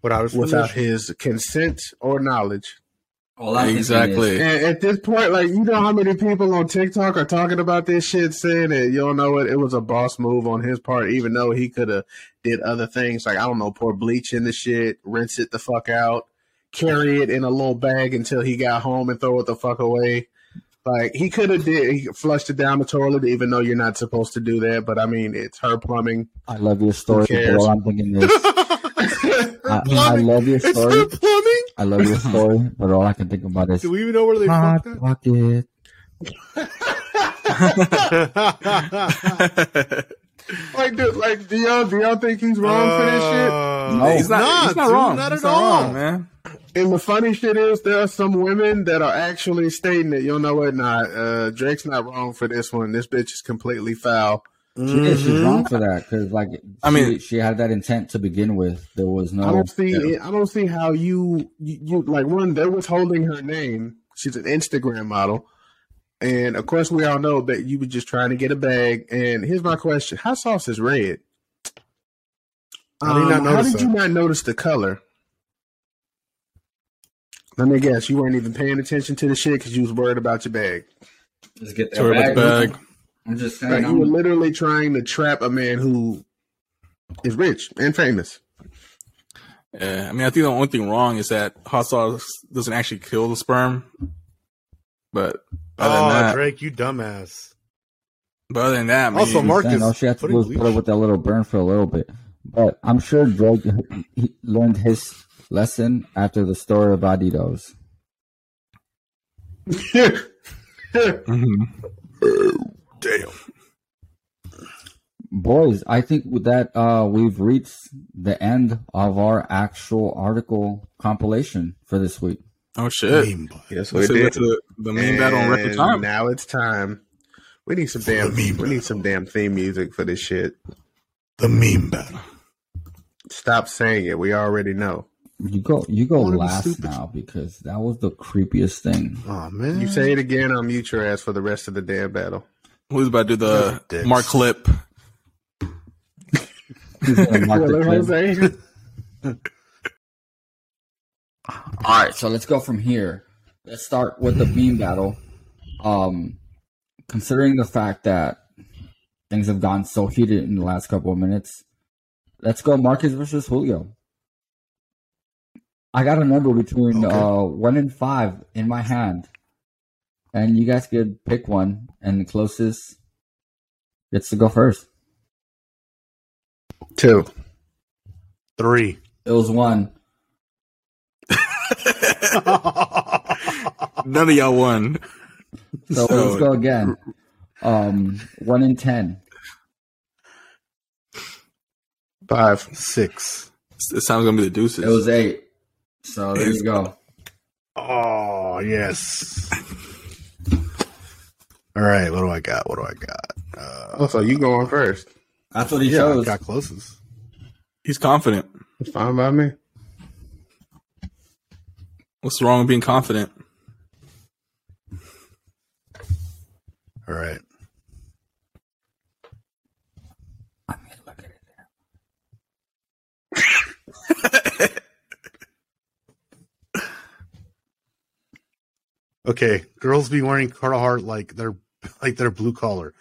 Speaker 3: What I was
Speaker 2: without his consent or knowledge.
Speaker 1: All I'm thinking is,
Speaker 4: Exactly.
Speaker 2: And at this point, like you know how many people on TikTok are talking about this shit, saying that you don't know what it was a boss move on his part, even though he could have did other things like I don't know, pour bleach in the shit, rinse it the fuck out, carry it in a little bag until he got home and throw it the fuck away. Like he could have did, he flushed it down the toilet, even though you're not supposed to do that. But I mean, it's her plumbing.
Speaker 1: I love your story.
Speaker 2: Who cares?
Speaker 1: But all I'm thinking is, I, I love your story.
Speaker 3: plumbing?
Speaker 1: I love your story. But all I can think about is
Speaker 3: Do we even know where they
Speaker 1: my
Speaker 3: fucked up?
Speaker 1: pocket.
Speaker 3: Oh,
Speaker 2: Like, dude, like, do y'all do y'all think he's wrong for this shit?
Speaker 1: No.
Speaker 4: he's not, he's not
Speaker 3: dude,
Speaker 4: wrong.
Speaker 3: Uh, Not at
Speaker 4: He's
Speaker 3: all.
Speaker 4: wrong, man.
Speaker 2: And the funny shit is, there are some women that are actually stating that you know what, not uh, Drake's not wrong for this one. This bitch is completely foul.
Speaker 1: Yeah, she's
Speaker 3: Mm-hmm.
Speaker 1: wrong for that because, like,
Speaker 4: Mm-hmm. I
Speaker 1: I
Speaker 4: mean-
Speaker 1: mean, she had that intent to begin with. There was no.
Speaker 2: I
Speaker 3: Oh,
Speaker 2: don't see. I don't see how you, you you like one. They're withholding her name. She's an Instagram model, and of course we all know that you were just trying to get a bag. And here's my question: How sauce is red?
Speaker 3: I did not
Speaker 2: Um, how
Speaker 3: notice
Speaker 2: did you
Speaker 3: that.
Speaker 2: not notice the color? Let me guess. You weren't even paying attention to the shit because you was worried about your bag.
Speaker 1: Just get
Speaker 4: Sorry about the bag.
Speaker 1: I'm just
Speaker 2: Like
Speaker 1: saying.
Speaker 2: you were literally trying to trap a man who is rich and famous.
Speaker 4: Yeah, I mean, I think the only thing wrong is that hot sauce doesn't actually kill the sperm. But other
Speaker 3: Oh,
Speaker 4: than that,
Speaker 3: Drake, you dumbass.
Speaker 4: but other than that, I mean,
Speaker 3: Also, Mark- Marcus,
Speaker 1: all she had to
Speaker 3: putting
Speaker 1: do was put
Speaker 3: bleach-
Speaker 1: up with that little burn for a little bit. But I'm sure Drake he learned his lesson after the story of Adidas.
Speaker 4: Mhm.
Speaker 3: Damn.
Speaker 1: Boys, I think with that uh, we've reached the end of our actual article compilation for this week.
Speaker 4: oh shit.
Speaker 3: Mean boy.
Speaker 2: Yes,
Speaker 4: Let's get to the, the main battle in record time.
Speaker 2: Now it's time. We need some damn. we need some damn theme music for this shit.
Speaker 3: The meme battle.
Speaker 2: Stop saying it. We already know.
Speaker 1: You go, you go
Speaker 3: Wanna be
Speaker 1: last
Speaker 3: stupid.
Speaker 1: now because that was the creepiest thing.
Speaker 3: Oh man.
Speaker 2: You say it again, I'll mute your ass for the rest of the damn battle.
Speaker 4: Who's about to do
Speaker 3: Those are
Speaker 4: the
Speaker 3: dicks.
Speaker 4: Mark clip?
Speaker 1: He's gonna mark the clip. All right, so let's go from here. Let's start with the meme battle. Um, considering the fact that things have gone so heated in the last couple of minutes, let's go Marcus versus Julio. I got a number between
Speaker 3: Okay.
Speaker 1: uh, one and five in my hand, and you guys could pick one, and the closest gets to go first.
Speaker 2: Two.
Speaker 3: three.
Speaker 1: It was one.
Speaker 4: None of y'all won.
Speaker 1: So,
Speaker 4: So-
Speaker 1: let's go again. Um, one in ten.
Speaker 2: Five.
Speaker 3: Six.
Speaker 4: This time's gonna be the deuces.
Speaker 1: It was eight. So there you go.
Speaker 3: Oh yes. All right, what do I got? What do I got? Uh,
Speaker 2: Oh, so you going first?
Speaker 1: That's what he
Speaker 3: yeah, I
Speaker 1: chose.
Speaker 3: got closest.
Speaker 4: He's confident.
Speaker 2: It's fine by me.
Speaker 4: What's wrong with being confident?
Speaker 3: All right.
Speaker 1: I mean, look at it.
Speaker 3: Okay, girls be wearing Carter Hart like they're like they're blue collar.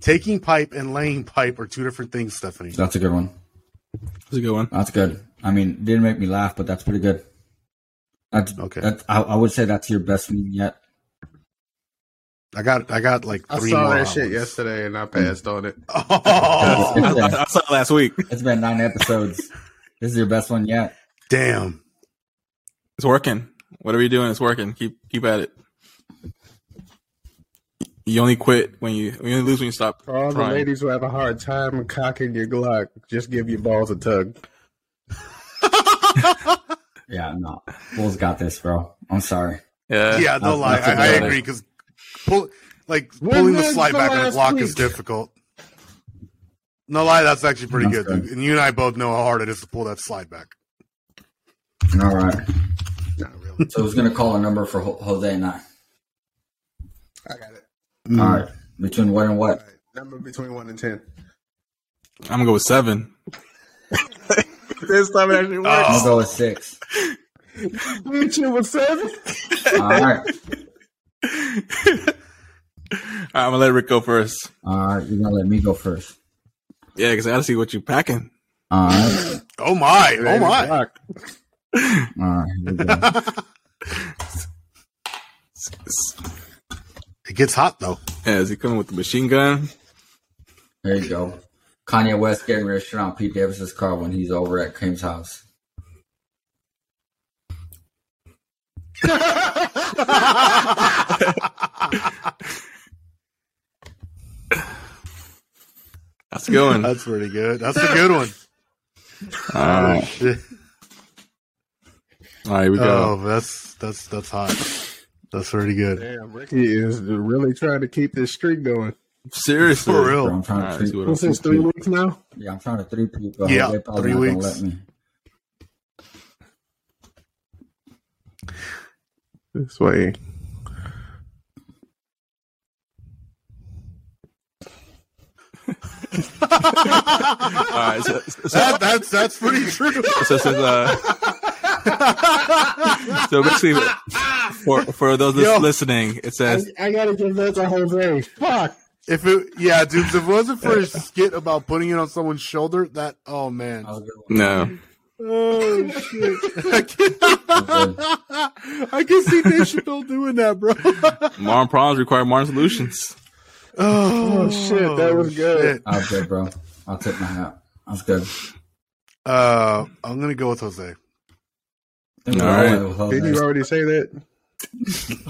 Speaker 3: Taking pipe and laying pipe are two different things, Stephanie.
Speaker 1: That's a good one.
Speaker 4: That's a good one.
Speaker 1: That's good. I mean, didn't make me laugh, but that's pretty good. That's
Speaker 3: Okay.
Speaker 1: That's, I, I would say that's your best meme yet.
Speaker 3: I got I got like
Speaker 2: I
Speaker 3: three
Speaker 2: saw
Speaker 3: more
Speaker 2: that
Speaker 3: hot
Speaker 2: shit
Speaker 3: ones.
Speaker 2: yesterday and I passed on it.
Speaker 3: Oh
Speaker 4: I, I- I saw it last week.
Speaker 1: It's been nine episodes. this is your best one yet.
Speaker 3: damn!
Speaker 4: It's working. Whatever you're doing, it's working. Keep keep at it. You only quit when you you only lose when you stop
Speaker 2: For all Oh, the
Speaker 4: trying.
Speaker 2: ladies who have a hard time cocking your Glock, just give your balls a tug.
Speaker 1: Yeah, no. Bulls got this, bro. I'm sorry.
Speaker 4: Yeah,
Speaker 3: Yeah,
Speaker 1: that's-
Speaker 3: no lie,
Speaker 1: that's
Speaker 3: I, I
Speaker 4: about it.
Speaker 3: agree because pull like
Speaker 2: When
Speaker 3: pulling the
Speaker 2: was
Speaker 3: slide
Speaker 2: the
Speaker 3: back on a
Speaker 2: last
Speaker 3: block is
Speaker 2: week?
Speaker 3: difficult. No lie, that's actually pretty
Speaker 1: That's
Speaker 3: good,
Speaker 1: good.
Speaker 3: and you and I both know how hard it is to pull that slide back.
Speaker 1: All right.
Speaker 2: Not really.
Speaker 1: So who's gonna call a number for Ho- Jose and I?
Speaker 2: I got it.
Speaker 3: Mm.
Speaker 1: All right. Between what and
Speaker 2: All
Speaker 1: what?
Speaker 2: right. Number between one and ten.
Speaker 4: I'm gonna go with seven.
Speaker 2: this time it actually
Speaker 3: Oh.
Speaker 2: worked.
Speaker 1: I'll go with six.
Speaker 2: You was seven.
Speaker 1: All right.
Speaker 4: All right, I'm gonna let Rick go first.
Speaker 1: All right. You're gonna let me go first.
Speaker 4: Yeah, because I gotta see what you're packing.
Speaker 1: All right.
Speaker 3: Oh my! Oh my!
Speaker 2: Glock.
Speaker 1: All right. Here we go.
Speaker 3: It gets hot though.
Speaker 4: Yeah, is he coming with the machine gun?
Speaker 1: There you go. Kanye West getting ready to shit on Pete Davis's car when he's over at Kame's house.
Speaker 4: That's going. All
Speaker 3: That's pretty good. That's a good one.
Speaker 4: right,
Speaker 3: Shit.
Speaker 4: all right, here we
Speaker 3: Oh,
Speaker 4: go.
Speaker 3: that's that's that's hot. That's pretty good.
Speaker 2: Damn, Ricky is really trying to keep this streak going.
Speaker 4: Seriously,
Speaker 3: For real.
Speaker 1: Bro, I'm
Speaker 4: All
Speaker 1: trying
Speaker 4: right,
Speaker 1: to
Speaker 4: let's see
Speaker 1: treat,
Speaker 4: what
Speaker 2: What's
Speaker 4: else.
Speaker 2: this? Three weeks now.
Speaker 1: yeah, I'm trying to three people. but
Speaker 3: Yeah,
Speaker 1: Jose probably
Speaker 3: three
Speaker 1: not gonna
Speaker 3: weeks.
Speaker 1: Let me.
Speaker 2: This way.
Speaker 4: All right, so, so, so,
Speaker 3: That, that's that's pretty true.
Speaker 4: so, so, uh, so basically, for for those
Speaker 3: Yo.
Speaker 4: listening, it
Speaker 2: I,
Speaker 4: says
Speaker 2: I gotta give that to Jose. Fuck.
Speaker 3: If it, yeah, dudes, if it wasn't for his skit about putting it on someone's shoulder, that oh man,
Speaker 1: That was a good one.
Speaker 4: no.
Speaker 3: oh shit, I can, I can see Dave Chappelle doing that, bro.
Speaker 4: Modern problems require modern solutions.
Speaker 3: Oh,
Speaker 2: shit, that was good.
Speaker 3: shit.
Speaker 1: I was good, bro. I'll tip my hat. That's good.
Speaker 3: Uh, I'm gonna go with Jose.
Speaker 1: I think we
Speaker 4: All
Speaker 1: all
Speaker 4: right.
Speaker 1: went with
Speaker 2: Didn't you
Speaker 1: Jose.
Speaker 2: already say that?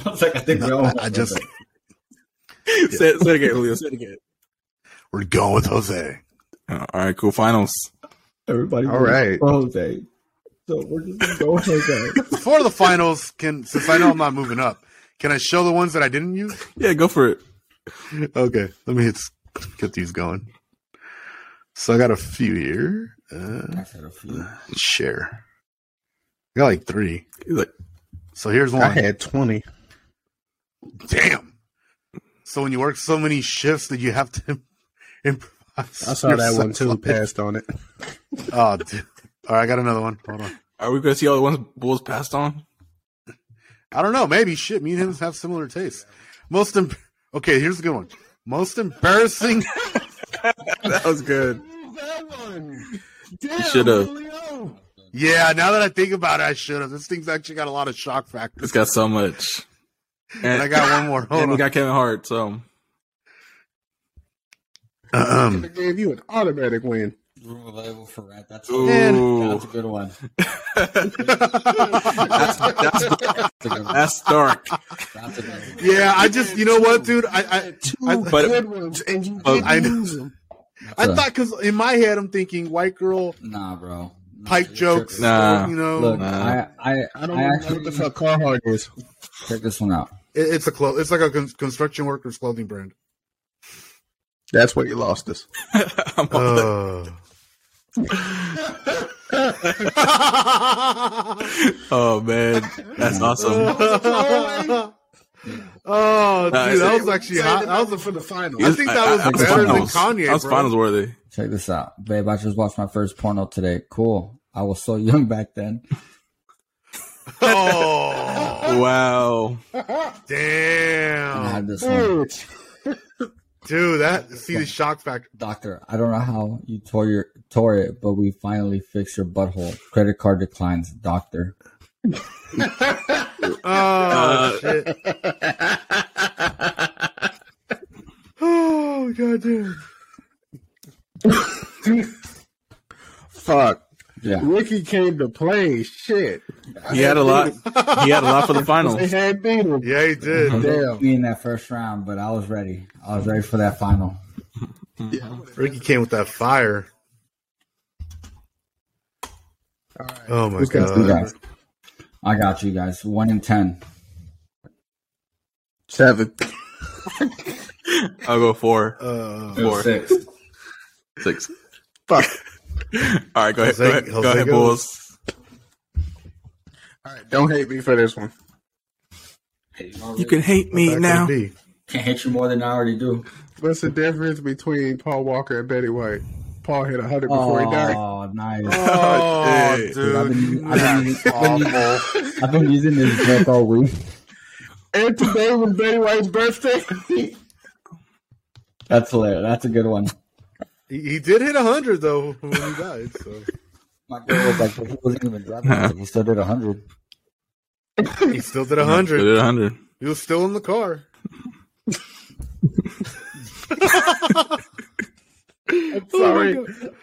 Speaker 1: I was like, I think we all
Speaker 3: I,
Speaker 1: went
Speaker 3: I
Speaker 1: with
Speaker 3: just
Speaker 1: Jose.
Speaker 4: Say, it, say it again, Julio. Say it again.
Speaker 3: we're going with Jose.
Speaker 4: Uh, All right, cool. Finals.
Speaker 1: everybody.
Speaker 2: All right.
Speaker 1: Jose. So we're just gonna go Jose.
Speaker 3: Before the finals, can since I know I'm not moving up, can I show the ones that I didn't use?
Speaker 4: Yeah, go for it.
Speaker 3: Okay, let me hit, get these going. So I got a few here. Uh,
Speaker 1: I said a few.
Speaker 3: share. I got like three.
Speaker 4: He's like,
Speaker 3: So here's
Speaker 2: I
Speaker 3: one.
Speaker 2: had twenty.
Speaker 3: Damn. So when you work so many shifts that you have to improvise.
Speaker 2: I saw
Speaker 3: your
Speaker 2: that one
Speaker 3: sex
Speaker 2: too.
Speaker 3: life.
Speaker 2: Passed on it.
Speaker 3: Oh, dude. All right, I got another one. Hold on.
Speaker 4: are we gonna see all the ones Bulls passed on?
Speaker 3: I don't know. Maybe shit. Me and him have similar tastes. Most em- okay. Here's a good one. Most embarrassing.
Speaker 4: That was good.
Speaker 2: That one.
Speaker 4: should've.
Speaker 3: yeah. Now that I think about it, I should have. This thing's actually got a lot of shock factor.
Speaker 4: It's got so much.
Speaker 3: And I got one more. Hold
Speaker 4: and we
Speaker 3: on.
Speaker 4: got Kevin Hart. So
Speaker 3: Um,
Speaker 2: I gave you an automatic win.
Speaker 1: Room available for rent. That's,
Speaker 4: ooh,
Speaker 1: that's a good one.
Speaker 4: that's, that's,
Speaker 1: That's a good one.
Speaker 4: that's dark.
Speaker 1: That's a good one.
Speaker 3: yeah. I just. You know what, dude? I. I
Speaker 2: Two
Speaker 3: I-
Speaker 4: but-
Speaker 2: good ones, and you
Speaker 4: but-
Speaker 2: didn't
Speaker 3: I know.
Speaker 2: use them.
Speaker 1: That's
Speaker 3: I
Speaker 1: a-
Speaker 3: thought because in my head I'm thinking white girl
Speaker 1: Nah, bro. Nah,
Speaker 3: pipe
Speaker 1: you're
Speaker 3: jokes.
Speaker 1: tripping.
Speaker 4: Nah.
Speaker 3: You know,
Speaker 1: Look,
Speaker 4: Nah.
Speaker 1: I, I,
Speaker 2: I don't
Speaker 1: I
Speaker 2: know
Speaker 1: actually
Speaker 2: what the fuck Carhartt is.
Speaker 1: check this one out.
Speaker 3: It- it's a clo- It's like a con- construction workers clothing brand.
Speaker 2: That's where you lost us.
Speaker 4: I'm all that-
Speaker 3: Uh.
Speaker 4: oh man, that's awesome.
Speaker 3: oh, dude,
Speaker 4: Nah, it's-
Speaker 3: that was actually hot. That was
Speaker 2: was for the final.
Speaker 3: I think that was
Speaker 4: that's
Speaker 1: better than
Speaker 3: Kanye,
Speaker 4: That was
Speaker 3: bro.
Speaker 4: finals worthy.
Speaker 1: Check this out, babe. I just watched my first porno today. Cool. I was so young back then.
Speaker 3: a- oh,
Speaker 4: Wow.
Speaker 1: And I had
Speaker 3: damn,
Speaker 1: this um, one.
Speaker 3: dude. That see the shock factor.
Speaker 1: Doctor, I don't know how you tore your tore it, but we finally fixed your butthole. Credit card declines, doctor.
Speaker 4: Uh,
Speaker 3: Oh shit. Oh goddamn!
Speaker 2: Fuck.
Speaker 1: Yeah.
Speaker 2: Ricky came to play. Shit.
Speaker 4: He had a lot. He had a lot for the finals.
Speaker 2: They had beat him.
Speaker 3: Yeah, he did.
Speaker 4: Uh-huh.
Speaker 2: Damn.
Speaker 1: Me in that first round, but I was ready. I was ready for that final.
Speaker 3: Ricky came with that fire.
Speaker 2: All right.
Speaker 3: Oh my
Speaker 2: Who's got-
Speaker 1: You
Speaker 3: god!
Speaker 1: guys. I got you guys. One in ten.
Speaker 2: Seven.
Speaker 4: I'll go four,
Speaker 3: Uh,
Speaker 4: four,
Speaker 1: Six.
Speaker 4: six.
Speaker 2: Fuck.
Speaker 4: All right, go ahead.
Speaker 3: Jose-
Speaker 4: go ahead, go
Speaker 3: Jose
Speaker 4: ahead
Speaker 3: goes.
Speaker 4: Bulls.
Speaker 2: All right. Don't hate me for this one.
Speaker 4: You can hate me
Speaker 3: How could it
Speaker 4: now.
Speaker 3: be?
Speaker 1: Can't hit you more than I already do.
Speaker 2: What's the difference between Paul Walker and Betty White? Paul hit 100 before he died.
Speaker 1: Oh, nice.
Speaker 4: Oh, dude.
Speaker 1: I've been- I've been-
Speaker 3: that's
Speaker 1: I've been-
Speaker 3: awful.
Speaker 1: I've been using this joke all week.
Speaker 2: And today was Betty White's birthday.
Speaker 1: That's hilarious. That's a good one.
Speaker 3: He, he did hit hundred though when he died. So
Speaker 1: My girl was like, he wasn't even driving. He still did 100.
Speaker 3: he still did hundred.
Speaker 4: Did 100.
Speaker 3: He was still in the car.
Speaker 2: I'm sorry.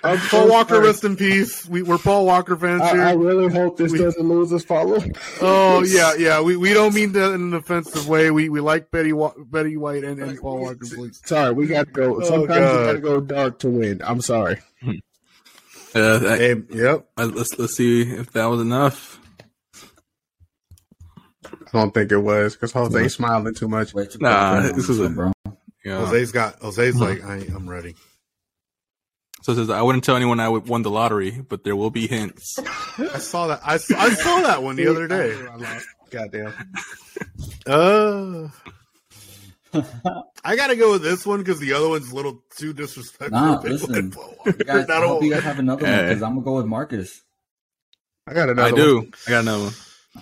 Speaker 2: I'm
Speaker 3: Paul
Speaker 2: so
Speaker 3: Walker,
Speaker 2: sorry.
Speaker 3: rest in peace. We, we're Paul Walker fans here.
Speaker 2: I, I really hope this
Speaker 3: We-
Speaker 2: doesn't lose his follower.
Speaker 3: oh yeah, yeah. We, we don't mean that in an offensive way. We we like Betty Wa- Betty White and, and Paul Walker, please.
Speaker 2: Sorry, we got to go.
Speaker 3: Oh,
Speaker 2: Sometimes
Speaker 3: God.
Speaker 2: you got to go dark to win. I'm sorry.
Speaker 4: Uh, that-
Speaker 3: Hey, yep.
Speaker 4: uh, let's let's see if that was enough.
Speaker 2: I don't think it was because Jose smiling too much.
Speaker 1: Way too
Speaker 4: Nah,
Speaker 1: quick.
Speaker 4: this is a-
Speaker 1: bro.
Speaker 4: Yeah.
Speaker 3: Jose's got Jose's like I, I'm ready.
Speaker 4: So it says I wouldn't tell anyone I would- won the lottery, but there will be hints.
Speaker 3: I saw that. I, saw- I saw that one the other day.
Speaker 2: Goddamn.
Speaker 3: Uh, I gotta go with this one because the other one's a little too disrespectful.
Speaker 1: Nah,
Speaker 3: They
Speaker 1: listen.
Speaker 3: went Paul Walker.
Speaker 1: You guys,
Speaker 3: Not
Speaker 1: I hope
Speaker 3: all-
Speaker 1: you guys have another one
Speaker 4: Hey.
Speaker 1: because I'm going to go with Marcus.
Speaker 2: I got
Speaker 4: I
Speaker 2: another
Speaker 4: do.
Speaker 2: one.
Speaker 4: I got another one.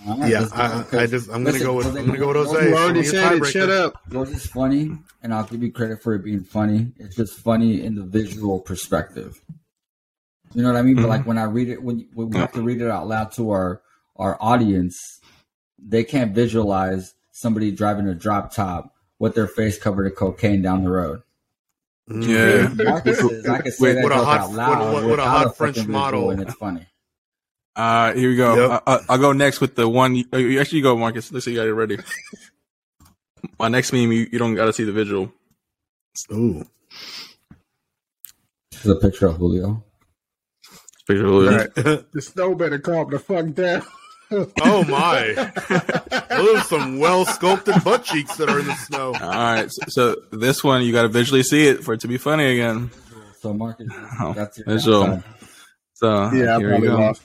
Speaker 1: All right,
Speaker 3: Yeah,
Speaker 1: let's go,
Speaker 3: I, I
Speaker 1: because
Speaker 3: just I'm
Speaker 1: Listen,
Speaker 3: gonna go with
Speaker 1: Jose,
Speaker 3: I'm gonna go with
Speaker 1: Jose,
Speaker 3: Jose.
Speaker 2: You
Speaker 1: Hey,
Speaker 2: already
Speaker 3: It's gonna be
Speaker 2: said it.
Speaker 3: a tiebreaker.
Speaker 2: Shut up.
Speaker 1: Yours is funny, and I'll give you credit for it being funny. It's just funny in the visual perspective. You know what I mean? But
Speaker 4: Mm-hmm.
Speaker 1: like when I read it, when, when we have to read it out loud to our our audience, they can't visualize somebody driving a drop top with their face covered in cocaine down the road.
Speaker 3: Mm-hmm.
Speaker 4: Yeah.
Speaker 1: Marcus's, I can say
Speaker 4: Wait,
Speaker 1: that
Speaker 3: what a
Speaker 1: joke
Speaker 3: hot-
Speaker 1: out loud
Speaker 3: what a- what a
Speaker 1: without
Speaker 3: hot
Speaker 1: fucking
Speaker 3: French
Speaker 1: visual,
Speaker 3: model.
Speaker 1: and it's funny.
Speaker 4: Uh, here we go.
Speaker 3: Yep.
Speaker 4: I, I, I'll go next with the one. uh, you- Actually, you go, Marcus. Let's see you got it ready. My next meme, you, you don't got to see the visual.
Speaker 3: Ooh.
Speaker 1: This is a picture of Julio.
Speaker 4: Visual.
Speaker 2: All right. The snow better calm the fuck down.
Speaker 3: Oh my! Those are some well sculpted butt cheeks that are in the snow.
Speaker 4: All right. So, so this one, you got to visually see it for it to be funny again.
Speaker 1: So Marcus,
Speaker 4: Oh,
Speaker 1: that's your
Speaker 4: visual.
Speaker 1: downside.
Speaker 4: So
Speaker 2: yeah, I
Speaker 4: here we
Speaker 2: probably
Speaker 4: go.
Speaker 2: lost.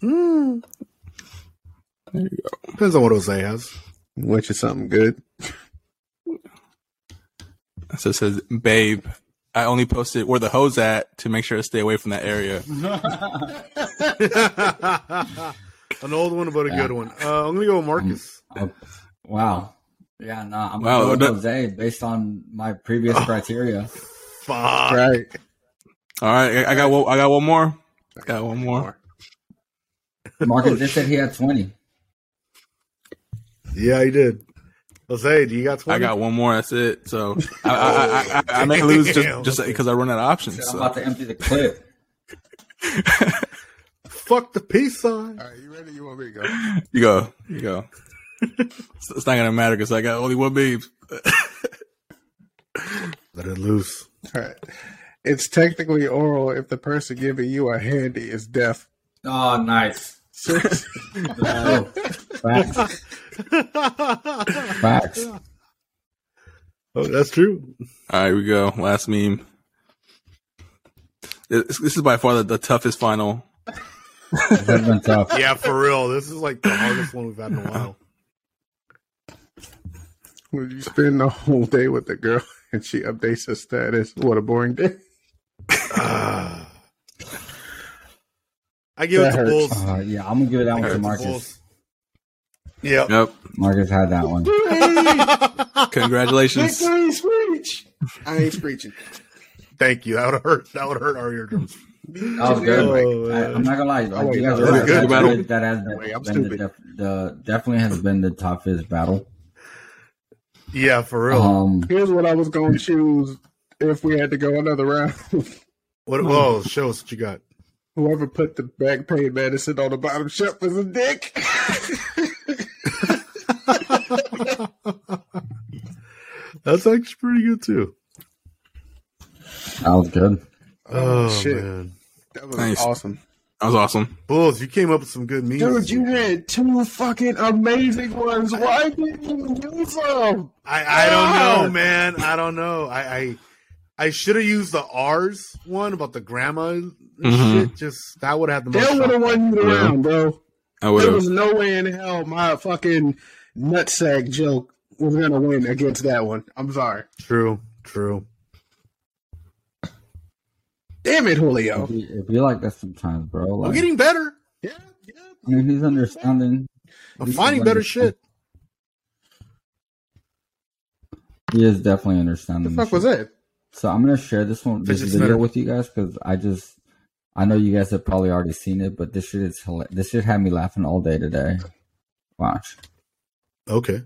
Speaker 3: Hmm. Depends on what Jose has.
Speaker 2: Which is something good.
Speaker 4: So it says, "Babe, I only posted where the hoes at to make sure to stay away from that area."
Speaker 3: An old one, but a good one. Uh, I'm gonna go with Marcus.
Speaker 1: Wow. Yeah, no, I'm
Speaker 4: Wow,
Speaker 1: going
Speaker 4: that-
Speaker 1: with Jose based on my previous criteria.
Speaker 3: Fuck.
Speaker 2: Right.
Speaker 4: All right, I, I got one, I got one more. I got one more.
Speaker 1: Marcus just said he had 20.
Speaker 3: Yeah, he did. Jose, do you got
Speaker 4: I
Speaker 3: twenty?
Speaker 4: got one more. That's it. So I, I, I, I, I may lose
Speaker 3: Damn.
Speaker 4: just just because I run out of
Speaker 1: Said,
Speaker 4: options.
Speaker 1: I'm
Speaker 4: so.
Speaker 1: about to empty the clip.
Speaker 3: Fuck the peace sign.
Speaker 2: All right, you ready? You want me to go?
Speaker 4: You go. You go. it's, it's not gonna matter because I got only one babe.
Speaker 3: Let it loose.
Speaker 2: All right. It's technically oral if the person giving you a handy is deaf.
Speaker 1: Oh, nice. Oh, facts.
Speaker 3: oh,
Speaker 1: Facts.
Speaker 3: that's true.
Speaker 4: All right, we go. Last meme. This, this is by far the, the toughest final.
Speaker 1: This has been tough.
Speaker 3: Yeah, for real. This is like the hardest one we've had in a while.
Speaker 2: When you spend the whole day with the girl and she updates her status, what a boring day.
Speaker 3: Ah. I give it
Speaker 2: That
Speaker 3: to
Speaker 2: hurts.
Speaker 3: Bulls.
Speaker 1: Uh, yeah, I'm gonna give it that one
Speaker 3: Give it
Speaker 1: to
Speaker 3: to
Speaker 1: Marcus.
Speaker 3: Bulls. Yep.
Speaker 4: Yep.
Speaker 1: Marcus had that one.
Speaker 4: Congratulations.
Speaker 2: ain't screech. I ain't screeching.
Speaker 3: Thank you. That would hurt. That would hurt our eardrums.
Speaker 1: That was good.
Speaker 3: Oh,
Speaker 1: I, I'm
Speaker 3: man.
Speaker 1: not gonna lie, like, you guys
Speaker 2: That
Speaker 1: are
Speaker 2: was
Speaker 1: right.
Speaker 3: good.
Speaker 1: That,
Speaker 4: Battle.
Speaker 1: is- that has been,
Speaker 2: Wait, I'm
Speaker 1: been the,
Speaker 2: stupid.
Speaker 1: def- the definitely has been the toughest battle.
Speaker 3: Yeah, for real.
Speaker 1: Um,
Speaker 2: Here's what I was going to choose if we had to go another round.
Speaker 3: What? Whoa, show us what you got.
Speaker 2: Whoever put the back pain medicine on the bottom shelf is a dick.
Speaker 3: That's actually pretty good too.
Speaker 1: that was good.
Speaker 3: Oh,
Speaker 2: Oh, shit.
Speaker 3: man,
Speaker 2: that was
Speaker 4: Nice.
Speaker 2: awesome.
Speaker 4: That was awesome.
Speaker 3: Bulls, you came up with some good memes.
Speaker 2: Dude, you had two fucking amazing ones. Why didn't you use them?
Speaker 3: I, I don't know,
Speaker 2: Ah.
Speaker 3: man. I don't know. I I, I should have used the R's one about the grandma and
Speaker 4: Mhm.
Speaker 3: shit. Just that would have the most.
Speaker 2: That would have won you the
Speaker 4: Yeah.
Speaker 2: round, bro.
Speaker 4: I would
Speaker 2: There
Speaker 4: have.
Speaker 2: was no way in hell my fucking nutsack joke was gonna win against that one. I'm sorry.
Speaker 3: True, true.
Speaker 2: Damn it,
Speaker 1: It'd
Speaker 2: Julio.
Speaker 1: be, it'd be like that sometimes, bro.
Speaker 3: I'm
Speaker 1: Like,
Speaker 3: getting better.
Speaker 2: Yeah, yeah.
Speaker 1: I mean, he's understanding.
Speaker 3: I'm finding better shit.
Speaker 1: He is definitely
Speaker 2: The
Speaker 1: understanding.
Speaker 2: fuck
Speaker 1: this
Speaker 2: was
Speaker 1: shit.
Speaker 2: that?
Speaker 1: So I'm gonna share this one, this
Speaker 3: Fidget
Speaker 1: video
Speaker 3: spinner.
Speaker 1: with you guys because I just, I know you guys have probably already seen it, but this shit is hila- this shit had me laughing all day today. Watch.
Speaker 3: Okay.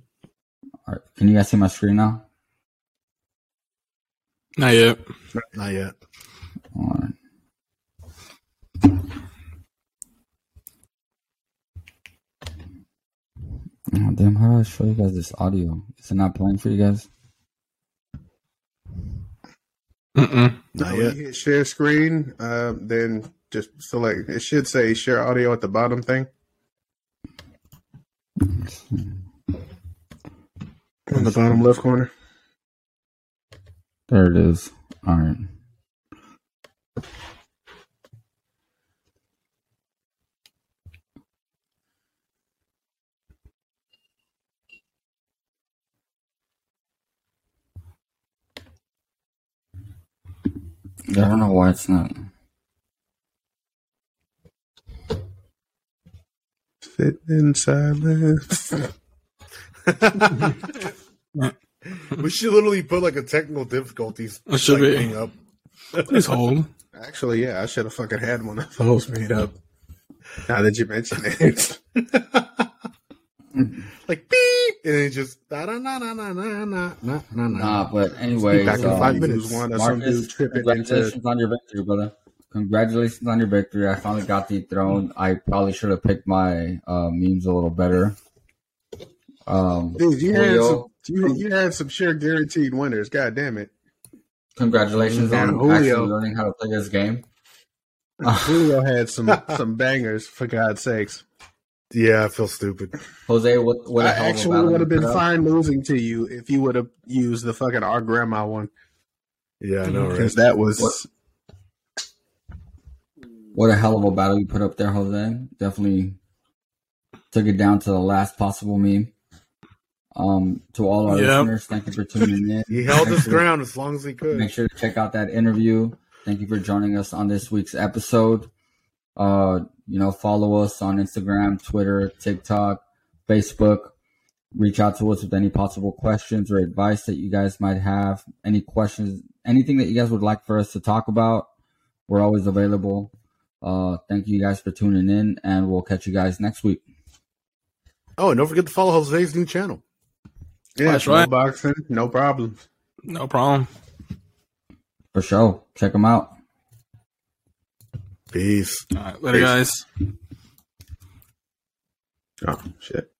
Speaker 1: All right, can you guys see my screen now?
Speaker 4: Not yet.
Speaker 3: Not yet.
Speaker 1: All right. Oh, damn, how do I show you guys this audio? Is it not playing for you guys?
Speaker 4: Mm-mm.
Speaker 3: Not
Speaker 2: No,
Speaker 3: yet.
Speaker 2: you hit share screen, uh, then just select. It should say share audio at the bottom thing. On the bottom left corner.
Speaker 1: There it is. All right. I don't know why it's not.
Speaker 2: Sit in silence.
Speaker 3: we should literally put like a technical difficulties
Speaker 4: It should
Speaker 3: like,
Speaker 4: be.
Speaker 3: thing up.
Speaker 4: Please hold.
Speaker 2: Actually, yeah, I should have fucking had one of those made up. Now that you mention it.
Speaker 3: Like beep, and it just da na na na na na na na na.
Speaker 1: Nah, but anyway,
Speaker 3: Back in
Speaker 1: so,
Speaker 3: five
Speaker 2: You
Speaker 3: minutes.
Speaker 2: was one of some
Speaker 1: Marcus,
Speaker 2: dude tripping
Speaker 1: congratulations
Speaker 2: into.
Speaker 1: on your victory, brother. Congratulations on your victory. I finally got the throne. I probably should have picked my uh, memes a little better. Um,
Speaker 2: Dude, you had
Speaker 1: Julio,
Speaker 2: some. You, you had some sure guaranteed winners. God damn it.
Speaker 1: congratulations
Speaker 2: Man,
Speaker 1: on
Speaker 2: Julio.
Speaker 1: actually learning how to play this game.
Speaker 2: Julio had some some bangers for God's sakes.
Speaker 3: Yeah, I feel stupid.
Speaker 1: Jose, what what
Speaker 2: I
Speaker 1: a hell of a
Speaker 2: actually
Speaker 1: battle
Speaker 2: would
Speaker 1: you
Speaker 2: have been
Speaker 1: put up.
Speaker 2: fine losing to you if you would have used the fucking our grandma one
Speaker 3: Yeah, I know, right?
Speaker 2: because that was
Speaker 1: What? What a hell of a battle you put up there, Jose. Definitely took it down to the last possible meme. Um, to all our
Speaker 4: Yep.
Speaker 1: listeners, thank you for tuning in.
Speaker 3: He held
Speaker 1: Thank
Speaker 3: his
Speaker 1: you.
Speaker 3: ground as long as he could.
Speaker 1: Make sure to check out that interview. Thank you for joining us on this week's episode. Uh, you know, follow us on Instagram, Twitter, TikTok, Facebook. Reach out to us with any possible questions or advice that you guys might have. Any questions, anything that you guys would like for us to talk about, we're always available. Uh, thank you guys for tuning in, and we'll catch you guys next week.
Speaker 3: Oh, and don't forget to follow Jose's new channel.
Speaker 2: yeah,
Speaker 4: That's
Speaker 2: no
Speaker 4: right.
Speaker 2: boxing, no problem.
Speaker 4: No problem.
Speaker 1: For sure. Check them out.
Speaker 3: Peace.
Speaker 4: All right, later, guys.
Speaker 2: Oh shit.